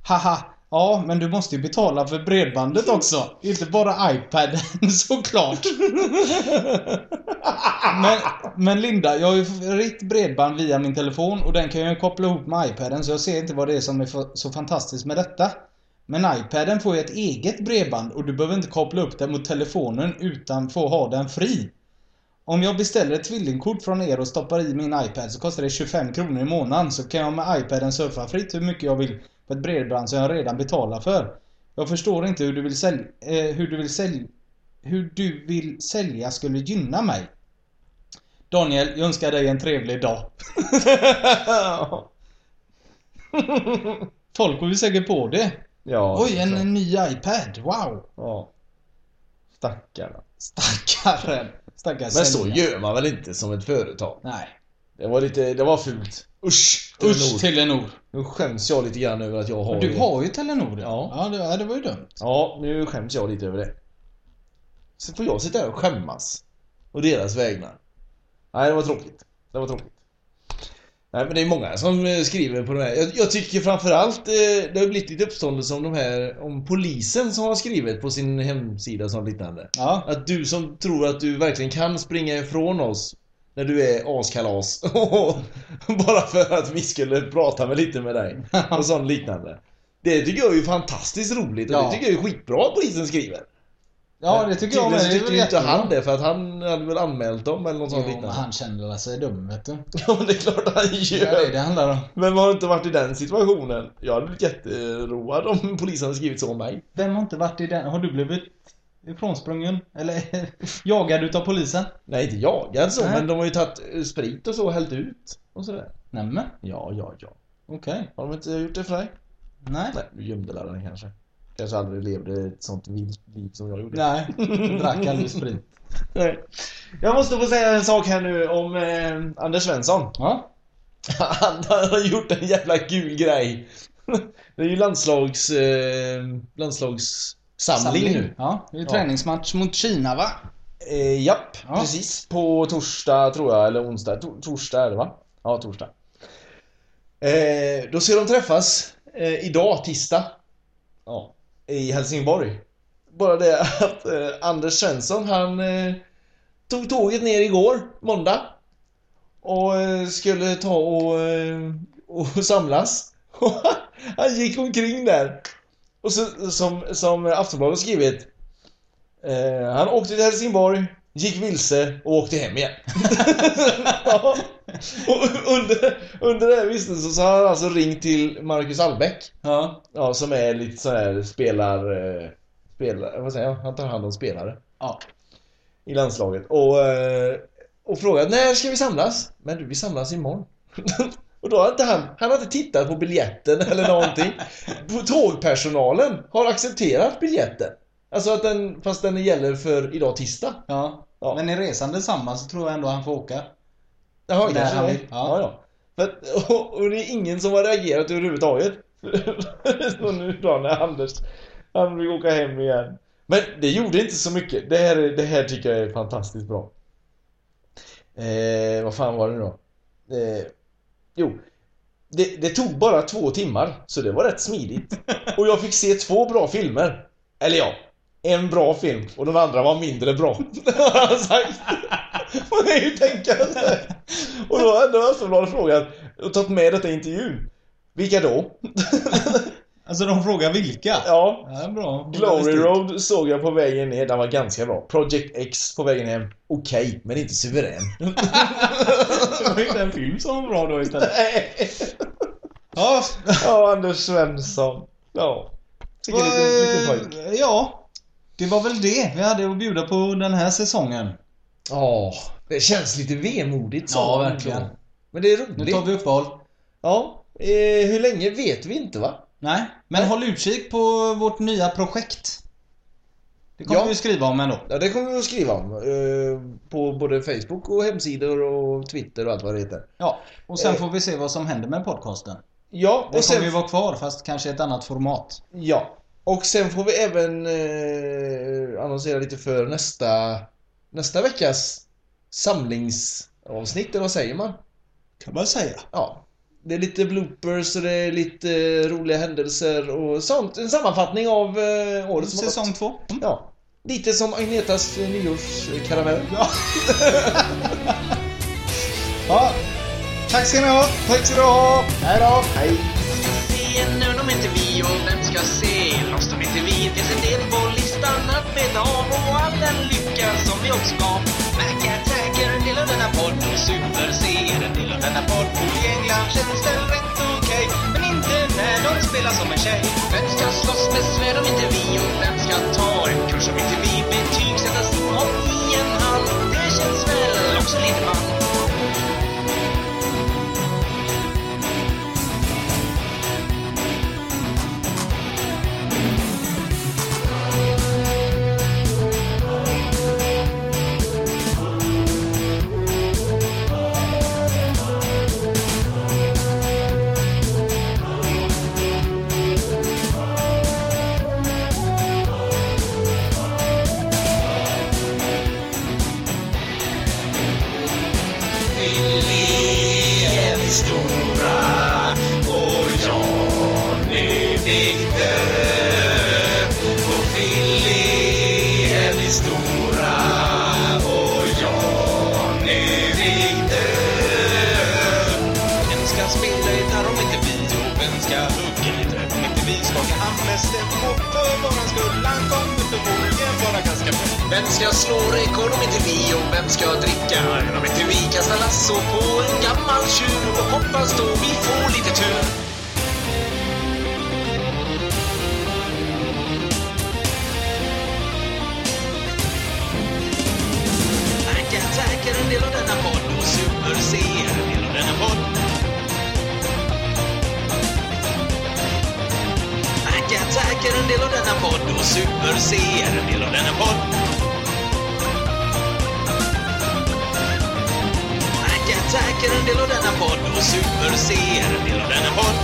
C: Haha, ja men du måste ju betala för bredbandet också. Inte bara iPaden [laughs] såklart. Men, men Linda, jag har ju fritt bredband via min telefon och den kan jag ju koppla ihop med iPaden så jag ser inte vad det är som är fa- så fantastiskt med detta. Men iPaden får ju ett eget bredband och du behöver inte koppla upp den mot telefonen utan får ha den fri. Om jag beställer ett tvillingkort från er och stoppar i min iPad så kostar det 25 kronor i månaden så kan jag med iPaden surfa fritt hur mycket jag vill på ett bredband som jag redan betalar för. Jag förstår inte hur du vill sälja, eh, hur du vill sälja, hur du vill sälja skulle gynna mig. Daniel, jag önskar dig en trevlig dag.
B: [laughs]
C: Folk går ju säkert på det.
B: Ja.
C: Oj, en, en ny iPad. Wow!
B: Ja. Stackarna.
C: Stackaren. Stackars
B: Men så gör man väl inte som ett företag?
C: Nej.
B: Det var lite, det var fult. Usch!
C: Usch,
B: Usch!
C: Telenor.
B: Nu skäms jag lite grann över att jag har
C: Du
B: det.
C: har ju Telenor. Ja,
B: Ja.
C: ja det, ja, det var ju dumt.
B: Ja, nu skäms jag lite över det. Så får jag sitta här och skämmas. Och deras vägnar. Nej, det var tråkigt. Det var tråkigt. Nej, men det är många som eh, skriver på det här. Jag, jag tycker framförallt eh, det har blivit lite uppståndelse om de här, om polisen som har skrivit på sin hemsida och sånt liknande.
C: Ja.
B: Att du som tror att du verkligen kan springa ifrån oss när du är askalas. [laughs] Bara för att vi skulle prata med lite med
C: [laughs]
B: dig. Och sånt liknande. Det tycker jag är ju fantastiskt roligt och
C: Ja.
B: det tycker jag är skitbra att polisen skriver.
C: ja,
B: Men
C: det tycker jag med.
B: tydligen så
C: Det är väl
B: tycker ju inte
C: jättebra.
B: han det för att han hade väl anmält dem eller något sånt
C: Jo, men
B: liknande.
C: han kände väl sig dum, vet du.
B: [laughs] Ja men det är klart han
C: Det är det
B: gör.
C: det handlar om.
B: Men har du inte varit i den situationen? Jag hade blivit jätteroad om polisen hade skrivit så om mig.
C: Vem har inte varit i den? Har du blivit ifrånsprungen? Eller [laughs] jagad utav polisen?
B: Nej inte jagad så
C: Nej.
B: men de har ju tagit eh, sprit och så och hällt ut. Och sådär.
C: Nämen,
B: Ja, ja, ja.
C: okej.
B: Har de inte gjort det för dig?
C: Nej.
B: Nej, du gömde laddaren kanske. Kanske aldrig levde ett sånt vilt liv som jag gjorde.
C: Nej, jag drack aldrig sprit.
B: Nej. Jag måste få säga en sak här nu om eh, Anders Svensson.
C: Ja.
B: [laughs] Han har gjort en jävla kul grej. [laughs] Det är ju landslags... Eh, landslagssamling nu.
C: Ja, det är ju
B: Ja.
C: träningsmatch mot Kina va?
B: Eh, japp,
C: Ja.
B: precis. På torsdag tror jag, eller onsdag. To- torsdag är det va? Ja, torsdag. Eh, då ska de träffas eh, idag, tisdag. Ja. I Helsingborg. Bara det att eh, Anders Svensson, han eh, tog tåget ner igår, måndag. Och eh, skulle ta och, eh, och [laughs] samlas. han gick omkring där. Och så, som, som Aftonbladet skrivit. Eh, han åkte till Helsingborg, gick vilse och åkte hem igen. [laughs] ja. och under, under den här vistelsen så har han alltså ringt till Marcus Albeck.
C: Ja.
B: Ja, som är lite sån här spelar... eh, spelar vad säger jag? Han tar hand om spelare
C: Ja.
B: i landslaget. Och, eh, och frågar när ska vi samlas? Men du, vi samlas imorgon. [laughs] och då har inte han, han har inte tittat på biljetten eller någonting. På Tågpersonalen har accepterat biljetten. Alltså att den, fast den gäller för idag tisdag.
C: Ja.
B: Ja.
C: Men är resan densamma så tror jag ändå han får åka.
B: Jaha,
C: Där
B: kanske
C: han
B: det.
C: vill.
B: Ja, ja. För, att- och, och det är ingen som har reagerat överhuvudtaget. [laughs] och nu då när Anders, han vill åka hem igen. Men det gjorde inte så mycket. Det här, är- det här tycker jag är fantastiskt bra. Eh, vad fan var det nu då? Eh, jo. Det, det tog bara två timmar, så det var rätt smidigt. Och jag fick se två bra filmer. Eller ja, en bra film och den andra var mindre bra. [laughs] har han sagt. [laughs] Man kan ju tänka sig. Och då hade Aftonbladet frågat och tagit med detta i intervjun. Vilka då? [laughs]
C: Alltså de frågar vilka?
B: Ja.
C: Ja, bra.
B: Glory Road såg jag på vägen ner, den var ganska bra. Project X på vägen hem, okej, men inte suverän. [laughs]
C: [laughs] Det var inte en film som var bra då istället.
B: Nej.
C: Ja.
B: Ja, Anders Svensson. Ja. Tycker det är lite pojk.
C: Eh, ja. Det var väl det vi hade att bjuda på den här säsongen.
B: Ja, det känns lite vemodigt så.
C: Ja, verkligen.
B: Men det är
C: Nu
B: roligt.
C: tar vi uppehåll.
B: Ja, eh, hur länge vet vi inte va?
C: Nej, men håll utkik på vårt nya projekt. Det kommer
B: Ja.
C: vi skriva om ändå.
B: Ja, det kommer vi att skriva om. Eh, på både Facebook och hemsidor och Twitter och allt vad det heter.
C: Ja, och sen
B: Eh.
C: får vi se vad som händer med podcasten.
B: Ja,
C: Den
B: och sen...
C: kommer ju vara kvar fast kanske i ett annat format.
B: Ja. Och sen får vi även eh, annonsera lite för nästa, nästa veckas samlingsavsnitt, eller vad säger man?
C: Kan man säga.
B: Ja. Det är lite bloopers och det är lite eh, roliga händelser och sånt. En sammanfattning av eh, året som har
C: Säsong
B: gått.
C: två. Mm.
B: Ja. Lite som Agnetas eh, nyårskaramell.
C: Ja. Tack ska ni ha. Tack ska du ha. Hej då. Hej.
G: se nu de inte vi och vem ska se loss de inte vi Det finns en del på listan att beta av och all den lycka som vi också gav Mac Attack är en del av denna podd och Super C är en del av denna podd och i England känns det rätt okej men inte när de spelar som en tjej Vem ska slåss med svärd om inte vi och vem ska ta en kurs om inte vi betygsättas om i en hall Det känns väl också lite man Vem ska spela gitarr om inte vi? Och vem ska hugga lite om inte vi? Skaka hand med Steffo för våran skull. Han kommer förmodligen vara ganska bra. Vem ska slå rekord om inte vi? Och vem ska dricka öl om inte vi? Kasta lasso på en gammal tjur och hoppas då vi får lite tur. Mac Attack är en del av denna podd och Super C är en del av denna podd. Mac Attack är en del av denna podd och Super C är en del av denna podd. Mac Attack är en del av denna podd och Super C är en del av denna podd.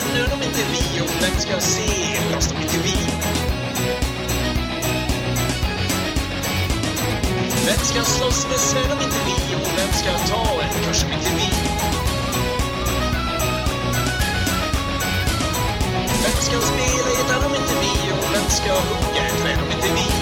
G: världen ska se. Jag står mitt i vi. Vem ska slåss med Sven om inte vi? Och vem ska ta en kurs om inte vi? Vem ska spela gitarr om inte vi? Och vem ska hugga en träd om inte vi?